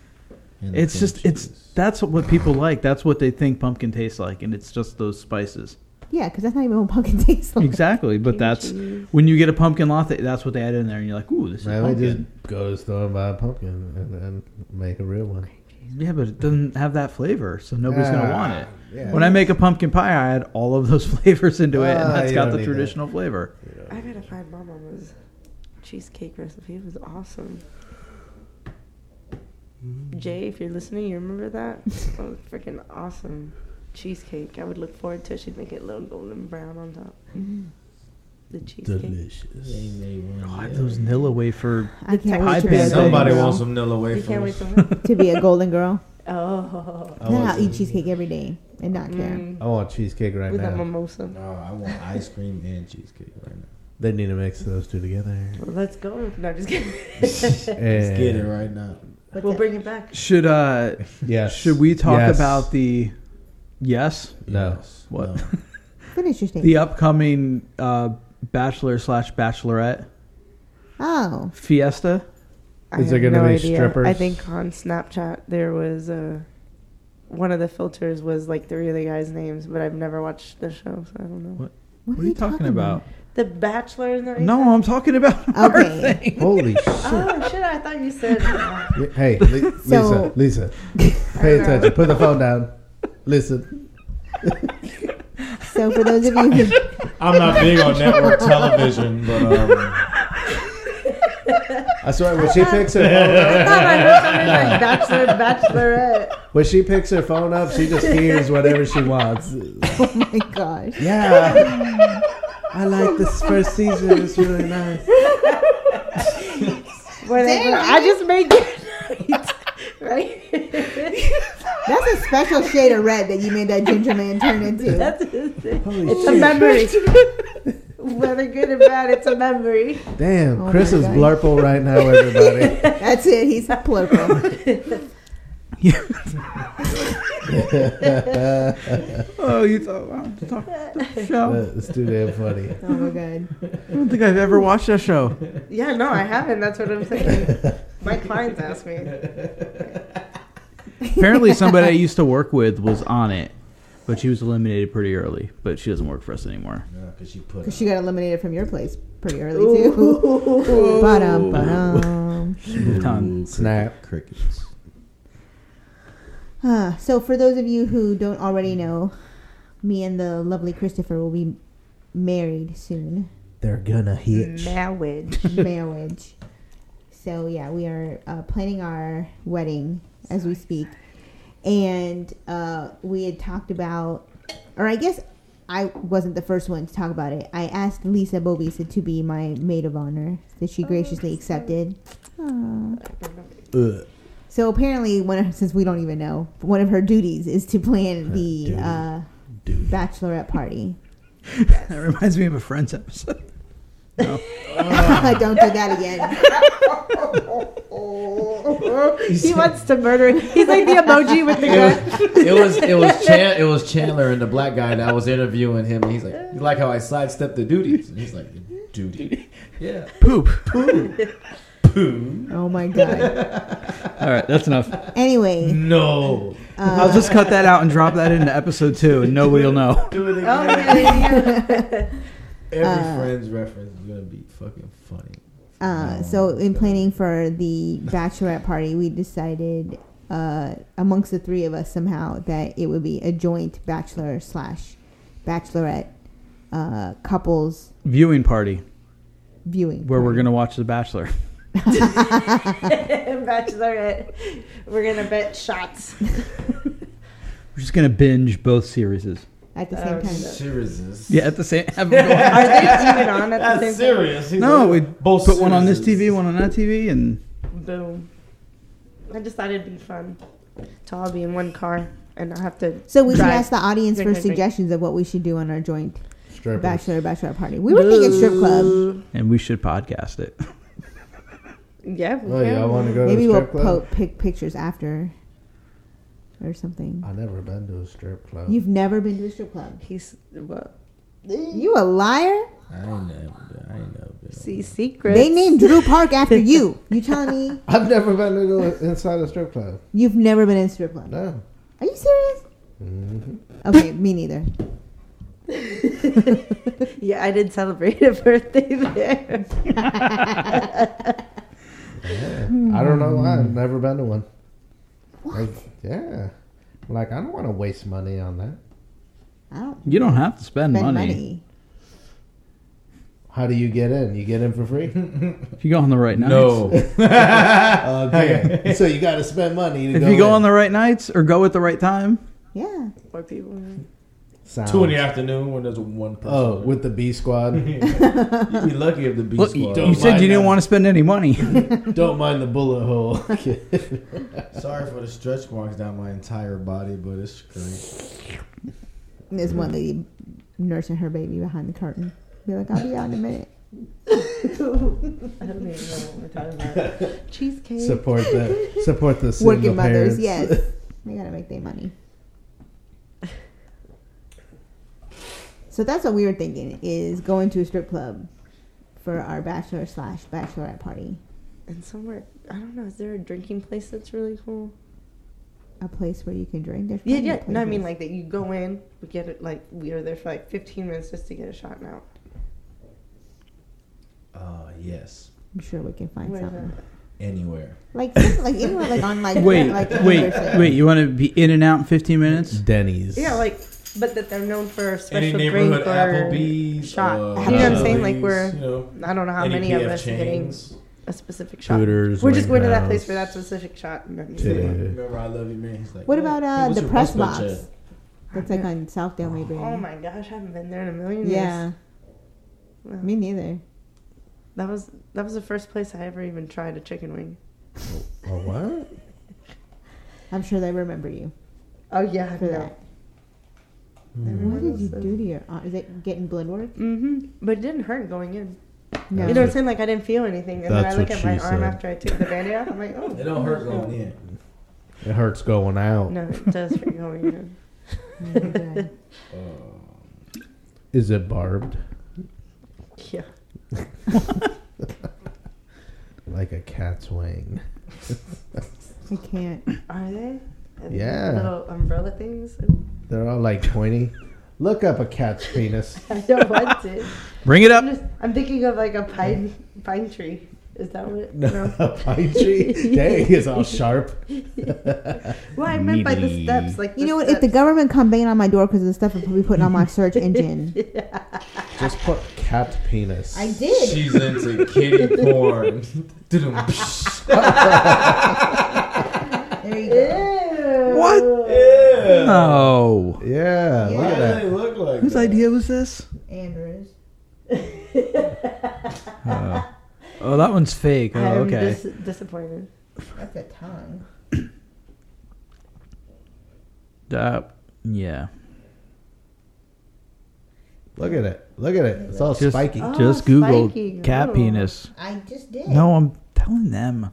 Speaker 5: And the
Speaker 1: It's
Speaker 5: cream
Speaker 1: just it's
Speaker 5: cheese.
Speaker 1: that's what people like. That's what they think pumpkin tastes like, and it's just those spices.
Speaker 2: Yeah, because that's not even what pumpkin tastes like.
Speaker 1: Exactly, but that's when you get a pumpkin latte. That's what they add in there, and you're like, "Ooh, this is
Speaker 7: Man, we just
Speaker 1: pumpkin."
Speaker 7: go to the store and buy a pumpkin and, and make a real one.
Speaker 1: Yeah, but it doesn't have that flavor, so nobody's gonna
Speaker 7: Ah,
Speaker 1: want it.
Speaker 7: yeah.
Speaker 1: When I make a pumpkin pie, I add all of those flavors into it, and
Speaker 7: Ah,
Speaker 1: that's
Speaker 7: you
Speaker 1: got
Speaker 7: don't
Speaker 1: the
Speaker 7: need that.
Speaker 1: traditional flavor.
Speaker 4: I gotta find my mama's cheesecake recipe. It was awesome. Jay, if you're listening, you remember that? That was freaking awesome cheesecake. I would look forward to it. She'd make it a little golden brown on top. The cheesecake.
Speaker 7: Delicious.
Speaker 1: God, those Nilla wafer.
Speaker 2: I can't wait
Speaker 1: I've
Speaker 2: to
Speaker 1: been-
Speaker 2: be a
Speaker 5: Somebody
Speaker 2: golden girl.
Speaker 5: wants some Nilla
Speaker 4: You
Speaker 5: wafers.
Speaker 4: can't wait to what?
Speaker 2: to be a golden girl.
Speaker 4: Oh, mm.
Speaker 7: I
Speaker 2: Then I'll
Speaker 7: want,
Speaker 2: eat cheesecake every day and not care.
Speaker 7: I want cheesecake right
Speaker 4: with a
Speaker 7: now.
Speaker 4: mimosa.
Speaker 5: No, I want ice cream and cheesecake right now.
Speaker 7: They need to mix those two together.
Speaker 4: Well, let's go. No, just kidding.
Speaker 7: And-
Speaker 5: Let's get it right now.
Speaker 2: What's
Speaker 4: We'll
Speaker 2: that?
Speaker 4: bring it back.
Speaker 1: Should uh,
Speaker 7: Yes.
Speaker 1: should we talk
Speaker 7: Yes.
Speaker 1: about the? Yes,
Speaker 7: No.
Speaker 5: Yes.
Speaker 1: What?
Speaker 5: No.
Speaker 2: Finish your statement.
Speaker 1: the upcoming uh, bachelor slash bachelorette
Speaker 2: Oh,
Speaker 1: fiesta.
Speaker 4: I
Speaker 7: Is there
Speaker 4: have
Speaker 7: gonna
Speaker 4: no
Speaker 7: be
Speaker 4: idea.
Speaker 7: strippers?
Speaker 4: I think on Snapchat there was uh, one of the filters was like three of the guys' names, but I've never watched the show, so I don't know.
Speaker 2: what,
Speaker 1: What are you talking about?
Speaker 4: The Bachelor is not.
Speaker 1: No, I'm talking about our
Speaker 2: Okay.
Speaker 1: thing.
Speaker 7: Holy
Speaker 4: Oh shit! I thought you said.
Speaker 7: shit. Hey, Li-
Speaker 2: So-
Speaker 7: Lisa, Lisa, pay attention. Put the phone down. Listen.
Speaker 2: So for those of you who
Speaker 5: I'm not big on network television, but um,
Speaker 7: I swear, when she picks her phone
Speaker 4: I thought I heard something like Bachelor, Bachelorette.
Speaker 7: up, when she picks her phone up, she just hears whatever she wants.
Speaker 2: oh my gosh.
Speaker 7: Yeah. I like this first season. It's really nice.
Speaker 4: Whatever. I just made it right.
Speaker 2: That's a special shade of red that you made that ginger man turn into.
Speaker 4: That's it.
Speaker 7: Holy
Speaker 4: It's a
Speaker 7: shit.
Speaker 4: memory. Whether good or bad, it's a memory.
Speaker 7: Damn,
Speaker 2: Oh
Speaker 7: Chris
Speaker 2: my
Speaker 7: is
Speaker 2: God.
Speaker 7: blurple right now, everybody.
Speaker 2: That's it. He's plural.
Speaker 1: Oh, you thought wow, talk, the show?
Speaker 7: Uh, It's too damn funny.
Speaker 2: Oh my god.
Speaker 1: I don't think I've ever watched that show.
Speaker 4: Yeah, no, I haven't. That's what I'm saying. My clients ask me.
Speaker 1: Apparently, somebody I used to work with was on it, but she was eliminated pretty early. But she doesn't work for us anymore.
Speaker 5: because she put.
Speaker 2: Because she got eliminated from your place pretty early too. Ba-dum, ba-dum.
Speaker 1: Ton.
Speaker 7: Snap.
Speaker 5: Crickets.
Speaker 2: Ah, so for those of you who don't already know, me and the lovely Christopher will be married soon.
Speaker 7: They're gonna hitch.
Speaker 4: Marriage.
Speaker 2: marriage. So yeah, we are uh, planning our wedding as we speak, and uh, we had talked about, or I guess I wasn't the first one to talk about it. I asked Lisa Bobisa to be my maid of honor, that she graciously accepted. Aw.
Speaker 7: Ugh.
Speaker 2: So apparently, one of, since we don't even know, one of her duties is to plan the
Speaker 7: duty.
Speaker 2: uh,
Speaker 7: Duty.
Speaker 2: bachelorette party.
Speaker 1: That reminds me of a Friends episode.
Speaker 2: Don't do that
Speaker 4: Oh,
Speaker 2: again.
Speaker 12: he wants to murder. He's like the emoji with the gun.
Speaker 5: it was it was Chan- it was Chandler and the black guy that was interviewing him. And he's like, "You like how I sidestepped the duties?" And he's like, "Duty, yeah,
Speaker 1: poop,
Speaker 5: poop, poop."
Speaker 2: Oh my god.
Speaker 1: All right, that's enough.
Speaker 2: Anyway.
Speaker 5: No.
Speaker 1: I'll just cut that out and drop that into episode two, and nobody will know.
Speaker 5: Do it
Speaker 12: Oh,
Speaker 5: again. Every
Speaker 2: Uh,
Speaker 5: friend's reference is gonna be fucking funny.
Speaker 7: Oh,
Speaker 2: Uh, so in planning for the bachelorette party, we decided uh, amongst the three of us somehow that it would be a joint bachelor slash bachelorette uh, couples
Speaker 1: Viewing party
Speaker 2: viewing.
Speaker 1: where we're gonna watch The Bachelor.
Speaker 12: Bachelorette. We're gonna bet shots.
Speaker 1: We're just gonna binge both series.
Speaker 2: At the
Speaker 12: same time.
Speaker 5: Series.
Speaker 1: Yeah, at the same. Have
Speaker 12: Are they even on at the
Speaker 5: That's
Speaker 12: same time?
Speaker 5: serious. He's
Speaker 1: no, we
Speaker 5: like,
Speaker 1: both put one on this TV, one on that TV, and
Speaker 4: Boom. I just thought it'd be fun to all be in one car and not have to.
Speaker 2: So we should
Speaker 4: drive.
Speaker 2: ask the audience
Speaker 4: Drink,
Speaker 2: for
Speaker 4: drink, drink.
Speaker 2: suggestions of what we should do on our joint
Speaker 7: Strippers.
Speaker 2: bachelor bachelorette party. We were thinking strip club.
Speaker 1: and we should podcast it.
Speaker 4: Yeah. we
Speaker 7: Oh, yeah,
Speaker 4: can.
Speaker 7: I wanna go to
Speaker 2: Maybe
Speaker 7: the
Speaker 2: we'll
Speaker 7: strip club?
Speaker 2: po- pick pictures after or something.
Speaker 7: I never been to a strip club.
Speaker 2: You've never been to a strip club.
Speaker 4: He's what?
Speaker 2: You a liar.
Speaker 5: I ain't never, I ain't never. Been.
Speaker 4: See secrets.
Speaker 2: They named Drew Park after you. You telling me
Speaker 7: I've never been to a, inside a strip club.
Speaker 2: you've never been in a strip club?
Speaker 7: No.
Speaker 2: Are you serious?
Speaker 7: Mm-hmm.
Speaker 2: Okay, me neither.
Speaker 4: Yeah, I did celebrate a birthday there.
Speaker 7: I don't know why.
Speaker 2: Mm.
Speaker 7: I've never been to one. Like, yeah. Like, I don't want to waste money on that.
Speaker 2: I don't
Speaker 1: You don't have to spend,
Speaker 2: spend
Speaker 1: money.
Speaker 2: money.
Speaker 7: How do you get in? You get in for free?
Speaker 1: if you go on the right nights.
Speaker 5: No.
Speaker 7: okay. So you got to spend money. To
Speaker 1: If
Speaker 7: go
Speaker 1: you go
Speaker 7: in.
Speaker 1: on the right nights or go at the right time,
Speaker 2: Yeah.
Speaker 4: More people.
Speaker 7: Sounds-
Speaker 5: Two in the afternoon when there's one person.
Speaker 7: Oh, with the B squad.
Speaker 5: You'd be lucky if the B
Speaker 1: Look, you,
Speaker 5: squad.
Speaker 1: you said
Speaker 7: mind
Speaker 1: you didn't
Speaker 7: that.
Speaker 1: want to spend any money.
Speaker 7: Don't mind the bullet hole.
Speaker 5: Sorry for the stretch marks down my entire body, but it's great.
Speaker 2: There's
Speaker 4: Mm.
Speaker 2: one lady nursing her baby behind the curtain. Be like, I'll be out in a minute.
Speaker 4: I don't even know what we're talking about. Cheesecake.
Speaker 7: support the support the single
Speaker 2: Working mothers,
Speaker 7: parents.
Speaker 2: yes. They gotta make their money. So that's what we were thinking is going to a strip club for our bachelor slash bachelorette party.
Speaker 4: And somewhere, I don't know, is there a drinking place that's really cool?
Speaker 2: A place where you can drink. There's
Speaker 4: Yeah,
Speaker 2: plenty
Speaker 4: yeah.
Speaker 2: of
Speaker 4: No, I
Speaker 2: places.
Speaker 4: mean like that. You go in, we get it. Like we are there for like 15 minutes just to get a shot now.
Speaker 5: Uh, yes.
Speaker 2: I'm sure we can find
Speaker 4: Where's
Speaker 2: something.
Speaker 5: Anywhere.
Speaker 2: Like some- like anywhere like on like
Speaker 1: wait,
Speaker 2: like
Speaker 1: wait,
Speaker 2: Anderson.
Speaker 1: wait. You want to be in and out in 15 minutes?
Speaker 7: Denny's.
Speaker 4: Yeah, like, but that they're known for a special
Speaker 5: Any
Speaker 4: drink
Speaker 5: neighborhood
Speaker 4: or
Speaker 5: Applebee's.
Speaker 4: shot.
Speaker 5: uh,
Speaker 4: you know what I'm saying? Like
Speaker 5: Applebee's,
Speaker 4: we're,
Speaker 5: you know,
Speaker 4: I don't know how
Speaker 5: any
Speaker 4: many of
Speaker 5: PF
Speaker 4: us are getting
Speaker 5: chains.
Speaker 4: a specific shot.
Speaker 7: Hooters,
Speaker 4: we're just going to that place
Speaker 7: Warehouse.
Speaker 4: for that specific shot. And then
Speaker 7: Today.
Speaker 5: Remember, I love you, man. He's like,
Speaker 2: What
Speaker 5: "Yeah,
Speaker 2: about
Speaker 5: hey,
Speaker 2: uh,
Speaker 5: what's
Speaker 2: the
Speaker 5: your-
Speaker 2: press
Speaker 5: what's
Speaker 2: box?
Speaker 5: your-
Speaker 2: That's like on Southdale Mayberry.
Speaker 4: Oh my gosh, I haven't been there in a million years.
Speaker 2: Yeah,
Speaker 4: Wow.
Speaker 2: me neither.
Speaker 4: That was that was the first place I ever even tried a chicken wing.
Speaker 7: Oh, what?
Speaker 2: I'm sure they remember you
Speaker 4: Oh yeah,
Speaker 2: for that.
Speaker 7: Mm.
Speaker 2: What Mm. did you do to your? ar- Is it getting blood work?
Speaker 4: Mm-hmm. But it didn't hurt going in.
Speaker 2: No.
Speaker 4: You know what I'm saying? Like I didn't feel anything, and then I
Speaker 7: That's
Speaker 4: look
Speaker 7: what
Speaker 4: at my
Speaker 7: she
Speaker 4: arm
Speaker 7: said.
Speaker 4: after I took the band-aid off. I'm like, oh,
Speaker 5: It don't hurt going in.
Speaker 7: It hurts going out.
Speaker 4: No, it does hurt going in.
Speaker 2: Okay.
Speaker 7: Is it barbed
Speaker 4: Yeah.
Speaker 7: like a cat's wing?
Speaker 2: I can't.
Speaker 4: Are they? And
Speaker 7: Yeah.
Speaker 4: Little umbrella things.
Speaker 7: They're all like pointy. Look up a cat's penis.
Speaker 4: I don't want to.
Speaker 1: Bring it up.
Speaker 4: I'm, just, I'm thinking of like a pine pine tree. Is that what? It, no.
Speaker 7: A pine tree. Dang, it's all sharp.
Speaker 4: Well, I meant by the steps, like
Speaker 2: You know what? If the
Speaker 4: steps.
Speaker 2: government come banging on my door because of the stuff I'm probably putting on my search engine,
Speaker 7: Just put cat penis.
Speaker 2: I did.
Speaker 5: She's into kitty porn. Doo-dum.
Speaker 2: There you go.
Speaker 1: What?
Speaker 5: yeah.
Speaker 1: No.
Speaker 7: Yeah, look
Speaker 5: Why
Speaker 7: at
Speaker 5: do
Speaker 7: that.
Speaker 5: they look like
Speaker 1: Whose
Speaker 5: that?
Speaker 1: idea was this?
Speaker 2: Andrews.
Speaker 7: Uh,
Speaker 1: Oh, that one's fake. Oh,
Speaker 4: I'm
Speaker 1: okay.
Speaker 4: dis- disappointed.
Speaker 2: That's a tongue.
Speaker 1: Uh, yeah.
Speaker 7: Look at it. Look at it. It's all
Speaker 1: just,
Speaker 7: spiky.
Speaker 4: Oh.
Speaker 1: Just Google cat penis.
Speaker 2: I just did.
Speaker 1: No, I'm telling them.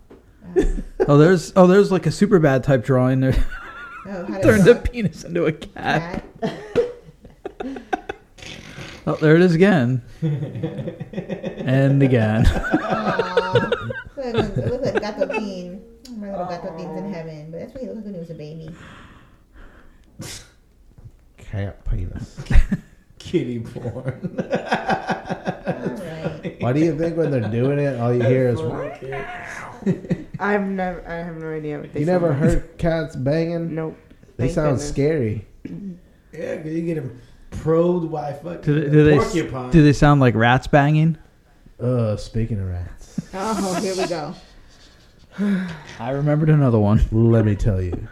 Speaker 1: oh, there's oh, there's like a super bad type drawing there.
Speaker 2: Oh, how to
Speaker 1: Turned a
Speaker 2: suck
Speaker 1: penis into a cat.
Speaker 2: cat.
Speaker 1: Oh, there it is again, and again.
Speaker 2: Aw. Look at- look at Gato Bean. Oh My little Gato Bean's in heaven, but that's what he looked like when he was a baby.
Speaker 7: Cat penis.
Speaker 5: Kitty porn.
Speaker 7: Why do you think when they're doing it, all you hear is.
Speaker 4: I've never. I have no idea what they.
Speaker 7: You
Speaker 4: sound
Speaker 7: never
Speaker 4: like.
Speaker 7: heard cats banging?
Speaker 4: Nope.
Speaker 7: They
Speaker 4: Thank
Speaker 7: sound
Speaker 4: goodness.
Speaker 7: scary.
Speaker 5: Yeah, 'cause you get him probed by fucking
Speaker 1: Do they, do they
Speaker 5: porcupine.
Speaker 1: do they sound like rats banging?
Speaker 7: Uh, speaking of rats,
Speaker 2: Oh, here we go.
Speaker 1: I remembered another one.
Speaker 7: let me tell you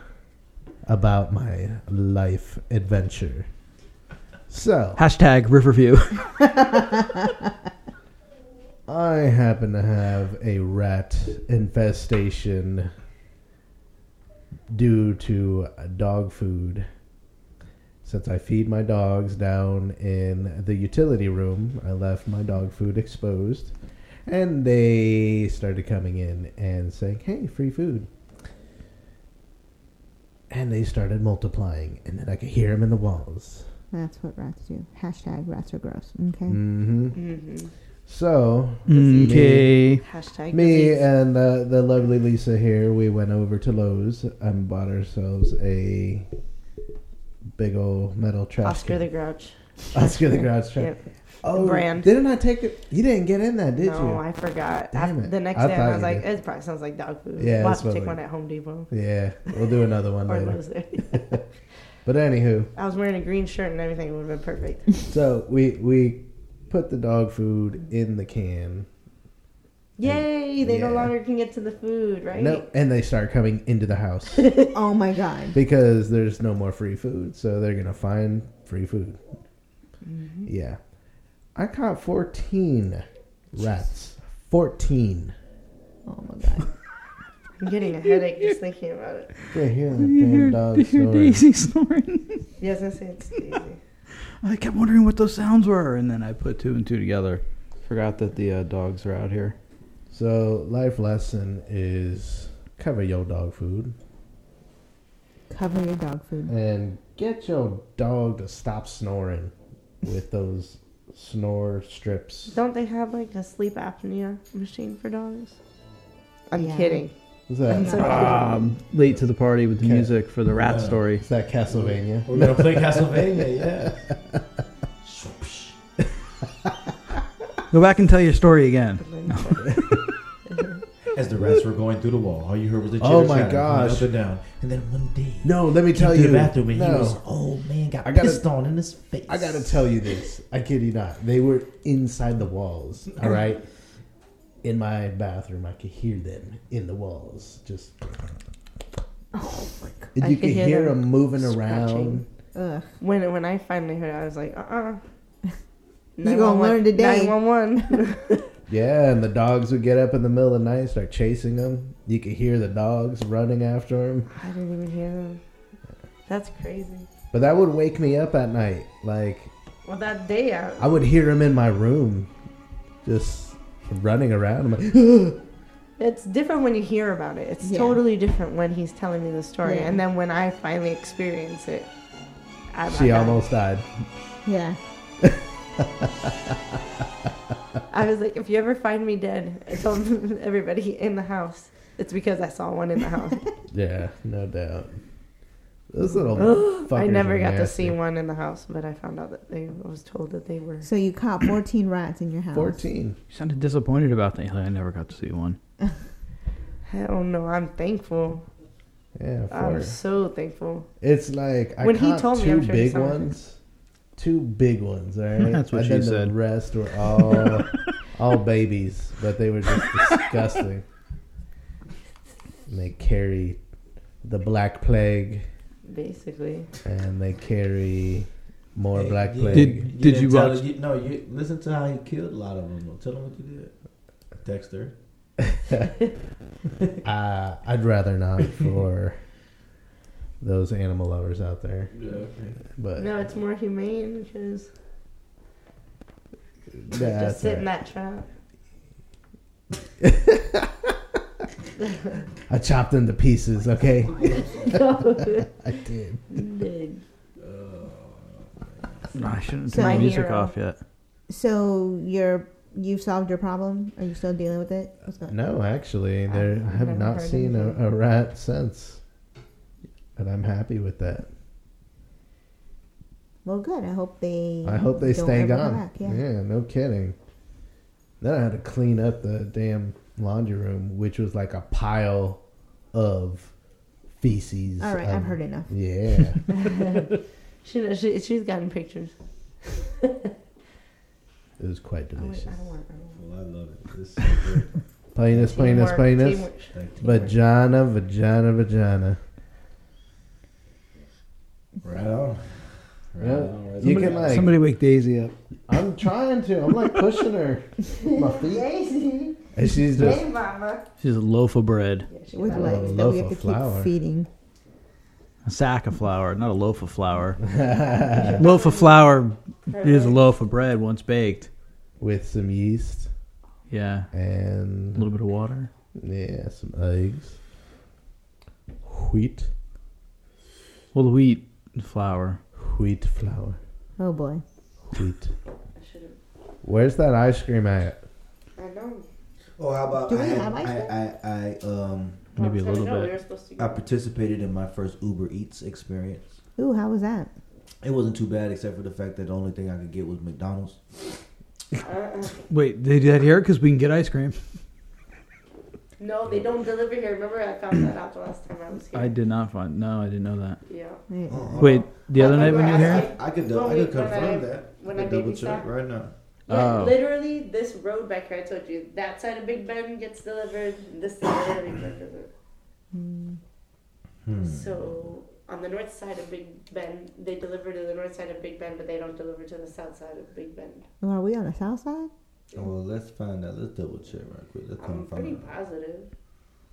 Speaker 7: about my life adventure. So,
Speaker 1: Hashtag Riverview.
Speaker 7: I happen to have a rat infestation due to dog food. Since I feed my dogs down in the utility room, I left my dog food exposed. And they started coming in and saying, hey, free food. And they started multiplying. And then I could hear them in the walls.
Speaker 2: That's what rats do. Hashtag rats are gross. Okay.
Speaker 7: hmm
Speaker 4: Mhm.
Speaker 7: So,
Speaker 1: Mm, Okay.
Speaker 4: Hashtag
Speaker 7: me
Speaker 4: disease.
Speaker 7: and uh, the lovely Lisa here, we went over to Lowe's and bought ourselves a big old metal trash
Speaker 4: Oscar the
Speaker 7: can.
Speaker 4: Grouch.
Speaker 7: Oscar the Grouch trash.
Speaker 4: Yep.
Speaker 7: Oh,
Speaker 4: brand.
Speaker 7: didn't I take it? You didn't get in that, did
Speaker 4: no,
Speaker 7: you?
Speaker 4: I forgot.
Speaker 7: Damn
Speaker 4: Af-
Speaker 7: it.
Speaker 4: The next
Speaker 7: I
Speaker 4: day,
Speaker 7: thought
Speaker 4: I was
Speaker 7: you
Speaker 4: like,
Speaker 7: did.
Speaker 4: it probably sounds like dog food.
Speaker 7: Yeah,
Speaker 4: we'll have
Speaker 7: that's
Speaker 4: to
Speaker 7: what
Speaker 4: take
Speaker 7: I-
Speaker 4: one at Home Depot
Speaker 7: Yeah, we'll do another one
Speaker 4: or
Speaker 7: later.
Speaker 4: Lowe's. There.
Speaker 7: But anywho,
Speaker 4: I was wearing a green shirt and everything. It would have been perfect.
Speaker 7: so we we put the dog food in the can.
Speaker 4: Yay! They no
Speaker 7: Yeah.
Speaker 4: longer can get to the food, right?
Speaker 7: No, and they start coming into the house
Speaker 2: oh my god.
Speaker 7: because there's no more free food, so they're gonna find free food.
Speaker 1: Mm-hmm.
Speaker 7: Yeah. I caught 14 rats. 14.
Speaker 2: Oh my god.
Speaker 4: I'm getting a headache just thinking about it.
Speaker 7: Yeah, hear that
Speaker 1: You
Speaker 7: damn
Speaker 1: hear,
Speaker 7: dog
Speaker 1: you hear
Speaker 7: snoring.
Speaker 1: Daisy snoring.
Speaker 4: Yes, I say it's easy.
Speaker 1: I kept wondering what those sounds were, and then I put two and two together. Forgot that the uh, dogs are out here.
Speaker 7: So, life lesson is cover your dog food
Speaker 2: Cover your dog food.
Speaker 7: and get your dog to stop snoring with those snore strips.
Speaker 4: Don't they have like a sleep apnea machine for dogs? I'm
Speaker 2: Yeah.
Speaker 4: kidding.
Speaker 7: Is that,
Speaker 4: So-
Speaker 1: Um, late to the party with the
Speaker 7: Okay.
Speaker 1: music for the rat
Speaker 5: Yeah.
Speaker 1: story.
Speaker 7: is that Castlevania?
Speaker 5: We're gonna play Castlevania, yeah.
Speaker 1: Go back and tell your story again.
Speaker 5: As the rats were going through the wall, all you heard was the
Speaker 7: Oh
Speaker 5: chitter
Speaker 7: my
Speaker 5: chatter going
Speaker 7: gosh.
Speaker 5: up and down. And then one day,
Speaker 7: No, let me
Speaker 5: he
Speaker 7: tell
Speaker 5: went to
Speaker 7: you.
Speaker 5: the bathroom and he
Speaker 7: No.
Speaker 5: was old man got
Speaker 7: I gotta-
Speaker 5: pissed on in his face.
Speaker 7: I gotta tell you this. I kid you not. They were inside the walls. All right. In my bathroom, I could hear them in the walls. Just. Oh my god! You
Speaker 4: I
Speaker 7: could,
Speaker 4: could hear
Speaker 7: hear,
Speaker 4: them
Speaker 7: them, moving
Speaker 4: scratching.
Speaker 7: around.
Speaker 2: Ugh.
Speaker 4: When when I finally heard, it, I was like, uh uh
Speaker 2: You gonna learn today.
Speaker 4: Nine one one.
Speaker 7: Yeah, and the dogs would get up in the middle of the night, start chasing them. You could hear the dogs running after them.
Speaker 4: I didn't even hear them. That's crazy.
Speaker 7: But that would wake me up at night. Like
Speaker 4: Well, that day out.
Speaker 7: I would hear them in my room, just running around. I'm like,
Speaker 4: It's different when you hear about it. It's
Speaker 2: Yeah.
Speaker 4: totally different when he's telling me the story,
Speaker 2: Yeah.
Speaker 4: and then when I finally experience it. I,
Speaker 7: she
Speaker 4: I-
Speaker 7: almost died.
Speaker 2: Yeah.
Speaker 4: I was like, if you ever find me dead, I told everybody in the house. It's because I saw one in the house.
Speaker 7: Yeah, no doubt. Those little fuckers
Speaker 4: I never
Speaker 7: are
Speaker 4: got to
Speaker 7: nasty.
Speaker 4: see one in the house, but I found out that they I was told that they were.
Speaker 2: So you caught 14 rats in your house.
Speaker 7: 14.
Speaker 1: You sounded disappointed about that. You're like, I never got to see one.
Speaker 4: Hell no, I'm thankful.
Speaker 7: Yeah,
Speaker 4: I'm
Speaker 7: four.
Speaker 4: so thankful.
Speaker 7: It's like I
Speaker 4: When he
Speaker 7: caught
Speaker 4: told me,
Speaker 7: two
Speaker 4: I'm sure he
Speaker 7: big
Speaker 4: sounded-
Speaker 7: ones. Two big ones, all right?
Speaker 1: That's what
Speaker 7: and
Speaker 1: she
Speaker 7: then
Speaker 1: said.
Speaker 7: The rest were all all babies, but they were just disgusting. And they carry the black plague
Speaker 4: Basically,
Speaker 7: and they carry more
Speaker 5: Hey,
Speaker 7: black
Speaker 5: you-
Speaker 7: plague.
Speaker 1: Did- did
Speaker 5: didn't
Speaker 1: you
Speaker 5: tell-
Speaker 1: watch-
Speaker 5: you- no, you listen to how he killed a lot of them. Though. Tell him what you did, Dexter.
Speaker 7: uh, I'd rather not for those animal lovers out there.
Speaker 5: Yeah, okay.
Speaker 7: But
Speaker 4: no, it's more humane because
Speaker 7: That's
Speaker 4: Just sit in
Speaker 7: right.
Speaker 4: that trap.
Speaker 7: I chopped them to pieces, okay? I did.
Speaker 4: Dude.
Speaker 1: No, I shouldn't
Speaker 2: So-
Speaker 1: turn
Speaker 2: My
Speaker 1: the music
Speaker 2: hero.
Speaker 1: off yet.
Speaker 2: So you're you've solved your problem? Are you still dealing with it? What's going
Speaker 7: No, actually, there I have
Speaker 2: never
Speaker 7: not
Speaker 2: heard
Speaker 7: seen a,
Speaker 2: anything.
Speaker 7: a rat since, and I'm happy with that.
Speaker 2: Well, good. I hope they.
Speaker 7: I hope they
Speaker 2: don't
Speaker 7: stay
Speaker 2: ever go
Speaker 7: gone.
Speaker 2: back,
Speaker 7: yeah.
Speaker 2: yeah.
Speaker 7: no kidding. Then I had to clean up the damn laundry room, which was like a pile of feces.
Speaker 2: All right,
Speaker 7: of-
Speaker 2: I've heard enough.
Speaker 7: Yeah.
Speaker 4: she, knows- she, she's gotten pictures.
Speaker 7: It was quite
Speaker 2: Oh,
Speaker 7: delicious.
Speaker 2: uh,
Speaker 5: Well, I love it. This is great.
Speaker 7: Plainus, plainus,
Speaker 5: Teamwork,
Speaker 7: plainus.
Speaker 5: teamwork.
Speaker 7: Vagina, vagina, vagina.
Speaker 5: Right on. Right
Speaker 7: Yeah.
Speaker 5: on, right
Speaker 7: You
Speaker 5: on.
Speaker 7: can like.
Speaker 13: Somebody wake Daisy up.
Speaker 7: I'm trying to. I'm like pushing her. My feet.
Speaker 2: Daisy.
Speaker 7: And she's just.
Speaker 2: Hey, mama.
Speaker 1: She's a loaf of bread.
Speaker 2: With
Speaker 7: Oh,
Speaker 2: legs that
Speaker 7: loaf
Speaker 2: we have
Speaker 7: of
Speaker 2: to
Speaker 7: flour.
Speaker 2: keep feeding.
Speaker 1: A sack of flour, not a loaf of flour. loaf of flour is a loaf of bread once baked.
Speaker 7: With some yeast.
Speaker 1: Yeah.
Speaker 7: And.
Speaker 1: A little bit of water.
Speaker 7: Yeah, some eggs. Wheat.
Speaker 1: Well, the wheat flour.
Speaker 7: Wheat flour.
Speaker 2: Oh boy.
Speaker 7: Wheat. Where's that ice cream at?
Speaker 4: I know.
Speaker 5: Oh, how about
Speaker 4: Do
Speaker 5: I,
Speaker 4: we
Speaker 5: had-
Speaker 4: have ice
Speaker 5: I, I, I, um,
Speaker 1: Maybe
Speaker 4: a little bit.
Speaker 5: I participated in my first Uber Eats experience.
Speaker 2: Ooh, how was that?
Speaker 5: It wasn't too bad, except for the fact that the only thing I could get was McDonald's.
Speaker 13: Wait, they do that here because we can get ice cream.
Speaker 4: No, they don't deliver here. Remember, I found that out the last time I was here.
Speaker 1: I did not find. No, I didn't know that.
Speaker 4: Yeah.
Speaker 1: Uh-huh. Wait, the
Speaker 4: I
Speaker 1: other night when you were
Speaker 4: remember
Speaker 1: here?
Speaker 4: asking-
Speaker 5: I could,
Speaker 4: Well,
Speaker 5: I
Speaker 4: wait,
Speaker 5: could
Speaker 4: when
Speaker 5: confirm
Speaker 4: I-
Speaker 5: that.
Speaker 4: When
Speaker 5: I
Speaker 4: I
Speaker 5: could double
Speaker 4: baby
Speaker 5: check
Speaker 4: sat.
Speaker 5: right now.
Speaker 4: Yeah,
Speaker 1: Oh.
Speaker 4: literally, this road back here, I told you, that side of Big Ben gets delivered, this side of Big Ben doesn't. So, on the north side of Big Ben, they deliver to the north side of Big Ben, but they don't deliver to the south side of Big Ben.
Speaker 2: Well, are we on the south side?
Speaker 5: Well, let's find out. Let's double check right quick. Let's
Speaker 4: I'm
Speaker 5: come
Speaker 4: pretty
Speaker 5: find out.
Speaker 4: positive.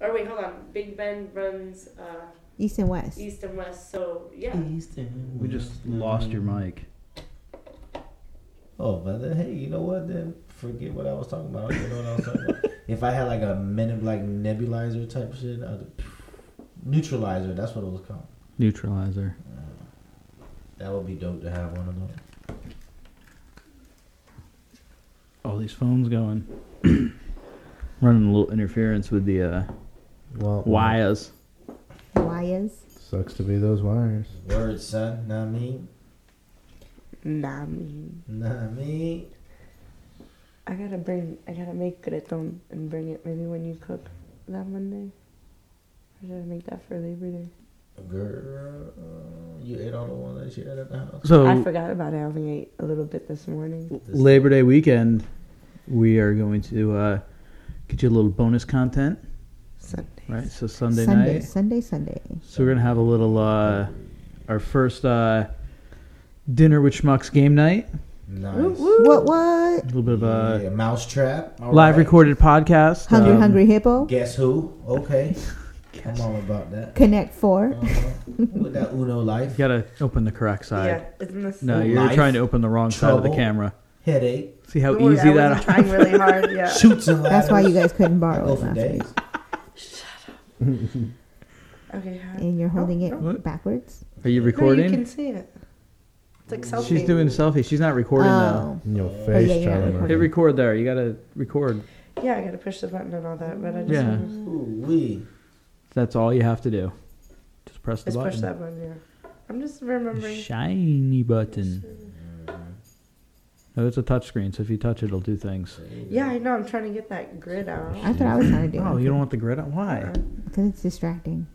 Speaker 4: Or wait, hold on. Big Ben runs uh,
Speaker 2: East and west.
Speaker 4: east and west, so yeah.
Speaker 1: We just lost your mic.
Speaker 5: Oh, but then, hey, you know what? Then forget what I was talking about. I don't even know what I was talking about. If I had like a Men in Black nebulizer type shit, I'd, neutralizer. That's what it was called.
Speaker 1: Neutralizer.
Speaker 5: That would be dope to have one of those.
Speaker 1: All these phones going. Running a little interference with the uh,
Speaker 7: Well,
Speaker 1: wires.
Speaker 2: Wires.
Speaker 7: Sucks to be those wires.
Speaker 5: Word, son. Not me.
Speaker 4: Nah, me.
Speaker 5: Not me.
Speaker 4: I gotta bring, I gotta make creton and bring it maybe when you cook that Monday. Or should I make that for Labor Day?
Speaker 5: Girl, you ate all the ones that she had at the house.
Speaker 1: So-
Speaker 4: I forgot about it. I only ate a little bit this morning.
Speaker 1: Labor Day weekend, we are going to uh, get you a little bonus content.
Speaker 4: Sunday.
Speaker 1: Right, so Sunday,
Speaker 2: Sunday,
Speaker 1: night.
Speaker 2: Sunday, Sunday.
Speaker 1: So we're gonna have a little uh, our first uh, dinner with schmucks game night.
Speaker 5: Nice.
Speaker 2: What? What?
Speaker 1: A little bit of uh, a
Speaker 5: Yeah, mousetrap. All
Speaker 1: live
Speaker 5: right.
Speaker 1: recorded podcast.
Speaker 2: Hungry,
Speaker 1: Um,
Speaker 2: hungry hippo.
Speaker 5: Guess who? Okay. I'm all about that.
Speaker 2: Connect four.
Speaker 5: With that Uno life.
Speaker 1: You gotta open the correct side.
Speaker 4: Yeah, isn't this-
Speaker 1: no, you're
Speaker 5: Life,
Speaker 1: trying to open the wrong side of the
Speaker 5: trouble,
Speaker 1: camera.
Speaker 5: Headache.
Speaker 1: See how
Speaker 4: Don't worry,
Speaker 1: easy
Speaker 4: I
Speaker 1: that.
Speaker 4: wasn't trying really hard. Yeah.
Speaker 5: Shoots and ladders.
Speaker 2: That's why you guys couldn't borrow
Speaker 5: Go
Speaker 2: it
Speaker 5: for
Speaker 2: last
Speaker 5: days.
Speaker 2: week.
Speaker 4: Okay. how-
Speaker 2: And you're holding it
Speaker 1: What?
Speaker 2: backwards.
Speaker 1: Are you
Speaker 4: No, you
Speaker 1: recording?
Speaker 4: can see it. It's like selfie.
Speaker 1: She's doing selfie. She's not recording
Speaker 2: Oh.
Speaker 7: In your
Speaker 2: Oh, yeah,
Speaker 7: face,
Speaker 2: you're not
Speaker 7: Charlie.
Speaker 1: though. Hit record there. You gotta record.
Speaker 4: Yeah, I gotta push the button and all that, but I just
Speaker 1: Yeah.
Speaker 5: Ooh-wee.
Speaker 1: That's all you have to do. Just press the
Speaker 4: Let's push
Speaker 1: button.
Speaker 4: that button. Yeah. I'm just remembering.
Speaker 1: Shiny button. No, it's a touch screen, so if you touch it, it'll do things.
Speaker 4: Yeah, I know. I'm trying to get that grid out.
Speaker 2: I thought I was trying to do
Speaker 1: Oh,
Speaker 2: it
Speaker 1: you don't want the grid? on? Why?
Speaker 2: because it's distracting.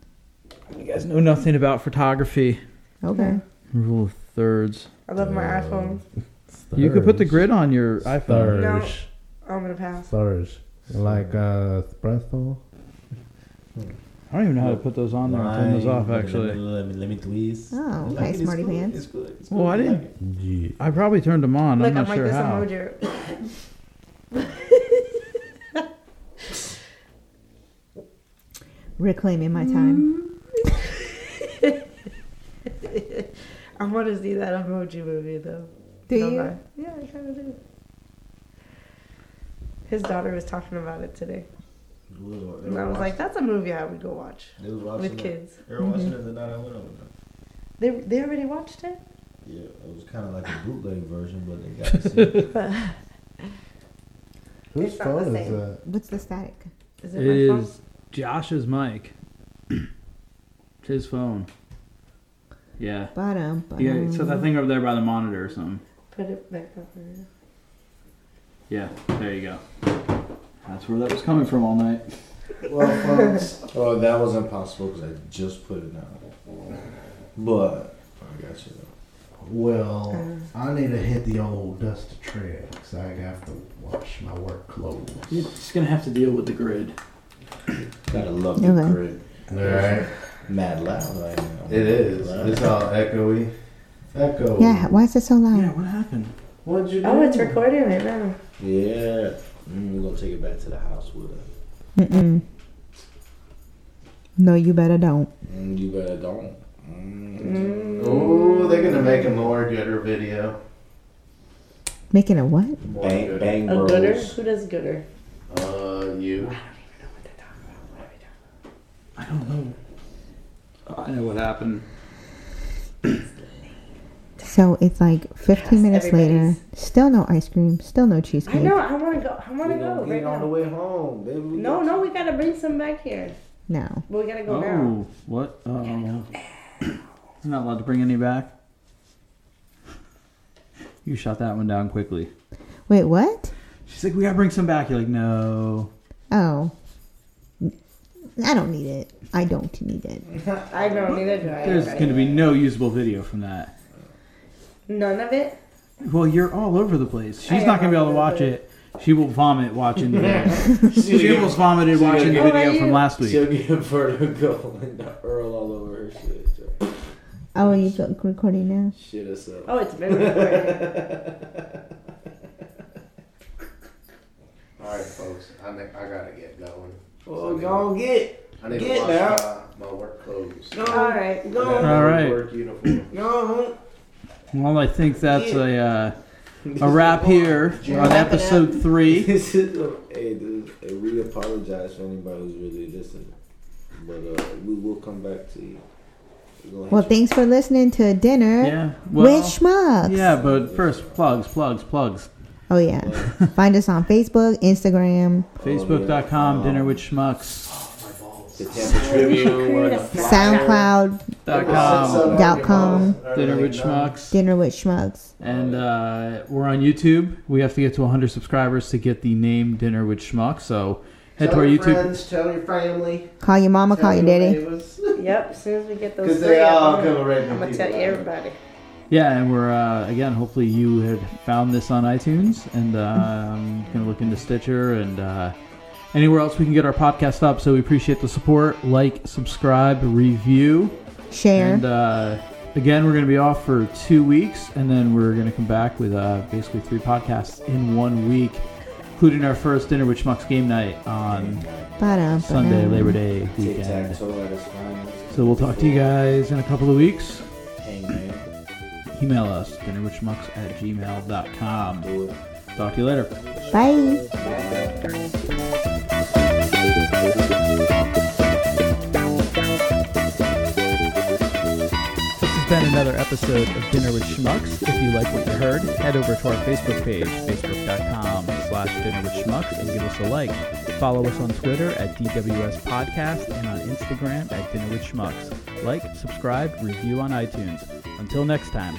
Speaker 1: You guys know nothing about photography.
Speaker 2: Okay.
Speaker 1: Rule of thirds.
Speaker 4: I love my iPhone.
Speaker 1: You could put the grid on your iPhone.
Speaker 4: No,
Speaker 7: Thirds.
Speaker 4: I'm gonna pass.
Speaker 7: Thirds. Like uh, espresso.
Speaker 1: I don't even know how to put those on there and turn those off, actually.
Speaker 5: Let me, let me twist.
Speaker 2: Oh,
Speaker 5: Like
Speaker 2: okay,
Speaker 5: it, it's
Speaker 2: smarty
Speaker 5: good,
Speaker 2: pants.
Speaker 5: It's good. It's good.
Speaker 1: Well, I
Speaker 5: like
Speaker 1: didn't.
Speaker 5: it.
Speaker 7: Yeah.
Speaker 1: I probably turned them on.
Speaker 4: Look,
Speaker 1: I'm not
Speaker 4: I'm like
Speaker 1: sure
Speaker 4: this
Speaker 1: how.
Speaker 4: emoji.
Speaker 2: Reclaiming my
Speaker 1: Mm-hmm.
Speaker 2: time.
Speaker 4: I want to see that emoji movie though.
Speaker 2: Do
Speaker 4: No
Speaker 2: you?
Speaker 4: lie. Yeah, I kind of do. His daughter was talking about it today.
Speaker 5: We was- they
Speaker 4: And
Speaker 5: were
Speaker 4: I was like,
Speaker 5: watching-
Speaker 4: that's a movie I would go watch
Speaker 5: They was watching
Speaker 4: with
Speaker 5: it.
Speaker 4: kids.
Speaker 5: They were watching it the night I went over there.
Speaker 4: They, they already watched it?
Speaker 5: Yeah, it was kind of like a bootleg version, but they got to see it.
Speaker 4: But-
Speaker 7: Whose
Speaker 2: It's not the
Speaker 7: phone is
Speaker 2: same.
Speaker 7: that?
Speaker 2: What's the static?
Speaker 4: Is
Speaker 1: It is Josh's mic. It's his phone. Yeah.
Speaker 2: Ba-dum,
Speaker 1: Yeah, so that
Speaker 2: ba-dum.
Speaker 1: thing over there by the monitor or something.
Speaker 4: Put it back up there.
Speaker 1: Yeah, there you go. That's where that was coming from all night.
Speaker 5: well, folks, oh, that was impossible because I just put it out. But I got you.
Speaker 7: Well,
Speaker 2: Uh.
Speaker 7: I need to hit the old dusty trail because I have to wash my work clothes.
Speaker 1: You're just gonna have to deal with the grid.
Speaker 5: Gotta love the
Speaker 7: Okay.
Speaker 5: grid.
Speaker 7: All right.
Speaker 5: Mad loud right now.
Speaker 7: It is.
Speaker 5: Loud.
Speaker 7: It's all echoey. Echo.
Speaker 2: Yeah, why is it so loud? Yeah,
Speaker 1: what happened?
Speaker 7: What'd you do?
Speaker 4: Oh, it's recording right now.
Speaker 5: Yeah. Mm, we're going to take it back to the house with us.
Speaker 2: Mm-mm. No, you better don't.
Speaker 5: Mm, you better don't. Mm.
Speaker 7: Oh, they're gonna make a more gooder video.
Speaker 2: Making a what?
Speaker 7: More
Speaker 5: Bang,
Speaker 7: gooder.
Speaker 5: bang,
Speaker 4: A gooder?
Speaker 5: bros.
Speaker 4: Who does gooder?
Speaker 7: Uh, you.
Speaker 1: I don't know. I know what happened.
Speaker 2: So it's like 15 minutes later, still no ice cream, still no cheesecake.
Speaker 4: I know. I want to go. I want to
Speaker 5: We
Speaker 4: go
Speaker 5: gonna
Speaker 4: right
Speaker 5: eat on the
Speaker 4: now.
Speaker 5: way home, baby. We
Speaker 4: No,
Speaker 5: got-
Speaker 4: no, we gotta bring some back here.
Speaker 2: No.
Speaker 4: But we gotta go
Speaker 1: oh,
Speaker 4: now.
Speaker 1: what? Oh, I'm not allowed to bring any back. You shot that one down quickly.
Speaker 2: Wait, what?
Speaker 1: She's like, we gotta bring some back. You're like, no.
Speaker 2: Oh. I don't need it. I don't need it.
Speaker 4: I don't neither do I.
Speaker 1: There's
Speaker 4: right?
Speaker 1: gonna be no usable video from that.
Speaker 4: none of it.
Speaker 1: Well, you're all over the place.
Speaker 4: I
Speaker 1: She's
Speaker 4: am
Speaker 1: not gonna be able
Speaker 4: all
Speaker 1: to
Speaker 4: over
Speaker 1: watch
Speaker 4: the
Speaker 1: it. She will vomit watching the video.
Speaker 5: She'll
Speaker 1: she
Speaker 5: get-
Speaker 1: almost vomited
Speaker 5: she'll
Speaker 1: watching the
Speaker 5: get-
Speaker 1: video from last week.
Speaker 5: She'll get vertigo and the Earl all over her shit. so
Speaker 2: Oh, are you go- recording now?
Speaker 5: Shit us up.
Speaker 4: Oh, it's been recorded.
Speaker 7: All right, folks. I think I gotta get going.
Speaker 5: Well, go on, get.
Speaker 7: I need
Speaker 5: Get
Speaker 7: to wash
Speaker 5: now.
Speaker 7: My, my work clothes.
Speaker 5: Go
Speaker 4: All right.
Speaker 5: Go
Speaker 7: I
Speaker 5: on.
Speaker 7: got
Speaker 1: All
Speaker 7: my
Speaker 1: right.
Speaker 7: Work uniform.
Speaker 5: Go
Speaker 1: Well, I think that's
Speaker 5: Yeah.
Speaker 1: a uh, a wrap here
Speaker 5: Yeah.
Speaker 1: on episode
Speaker 5: on.
Speaker 1: three.
Speaker 5: This is a, hey, this, hey, we apologize for anybody who's really listening, but uh, we will come back to you. We're gonna hit
Speaker 2: Well,
Speaker 5: you.
Speaker 2: thanks for listening to dinner
Speaker 1: Yeah, well,
Speaker 2: with Schmucks.
Speaker 1: Yeah, but first plugs, plugs, plugs.
Speaker 2: Oh, yeah. Find us on Facebook, Instagram,
Speaker 1: Facebook.com, dinner with schmucks.
Speaker 5: the Tampa Tribune. one of the
Speaker 1: Dot com.
Speaker 2: SoundCloud.com, dot com,
Speaker 1: Dinner with schmucks.
Speaker 2: Dinner with Schmucks.
Speaker 1: And uh, we're on YouTube. We have to get to 100 subscribers to get the name Dinner with Schmucks. So head to
Speaker 7: Tell
Speaker 1: our
Speaker 7: your
Speaker 1: YouTube.
Speaker 7: friends. Tell your family.
Speaker 2: Call your mama, call your daddy.
Speaker 4: Yep. As soon as we get those
Speaker 7: 'Cause they
Speaker 4: three,
Speaker 7: all
Speaker 4: I'm
Speaker 7: come right
Speaker 4: gonna, I'm
Speaker 7: with
Speaker 4: gonna
Speaker 7: you.
Speaker 4: tell everybody.
Speaker 1: Yeah, and we're uh, again. Hopefully, you had found this on iTunes, and uh, I'm gonna look into Stitcher and uh, anywhere else we can get our podcast up. So we appreciate the support. Like, subscribe, review,
Speaker 2: Share.
Speaker 1: and uh, again, we're gonna be off for two weeks, and then we're gonna come back with uh, basically three podcasts in one week, including our first dinner with Schmucks game night on
Speaker 2: Ba-dum,
Speaker 1: Sunday,
Speaker 2: ba-dum.
Speaker 1: Labor Day weekend.
Speaker 5: Tic-tac-toe at its finest.
Speaker 1: So we'll talk to you guys in a couple of weeks.
Speaker 5: Hangman.
Speaker 1: Email us dinnerwithschmucks at gmail.com. Talk to you later.
Speaker 2: Bye.
Speaker 1: This has been another episode of Dinner with Schmucks. If you like what you heard, head over to our Facebook page, facebook.com slash dinner with schmucks, and give us a like. Follow us on Twitter at DWS Podcast and on Instagram at Dinner with Schmucks. Like, subscribe, review on iTunes. Until next time.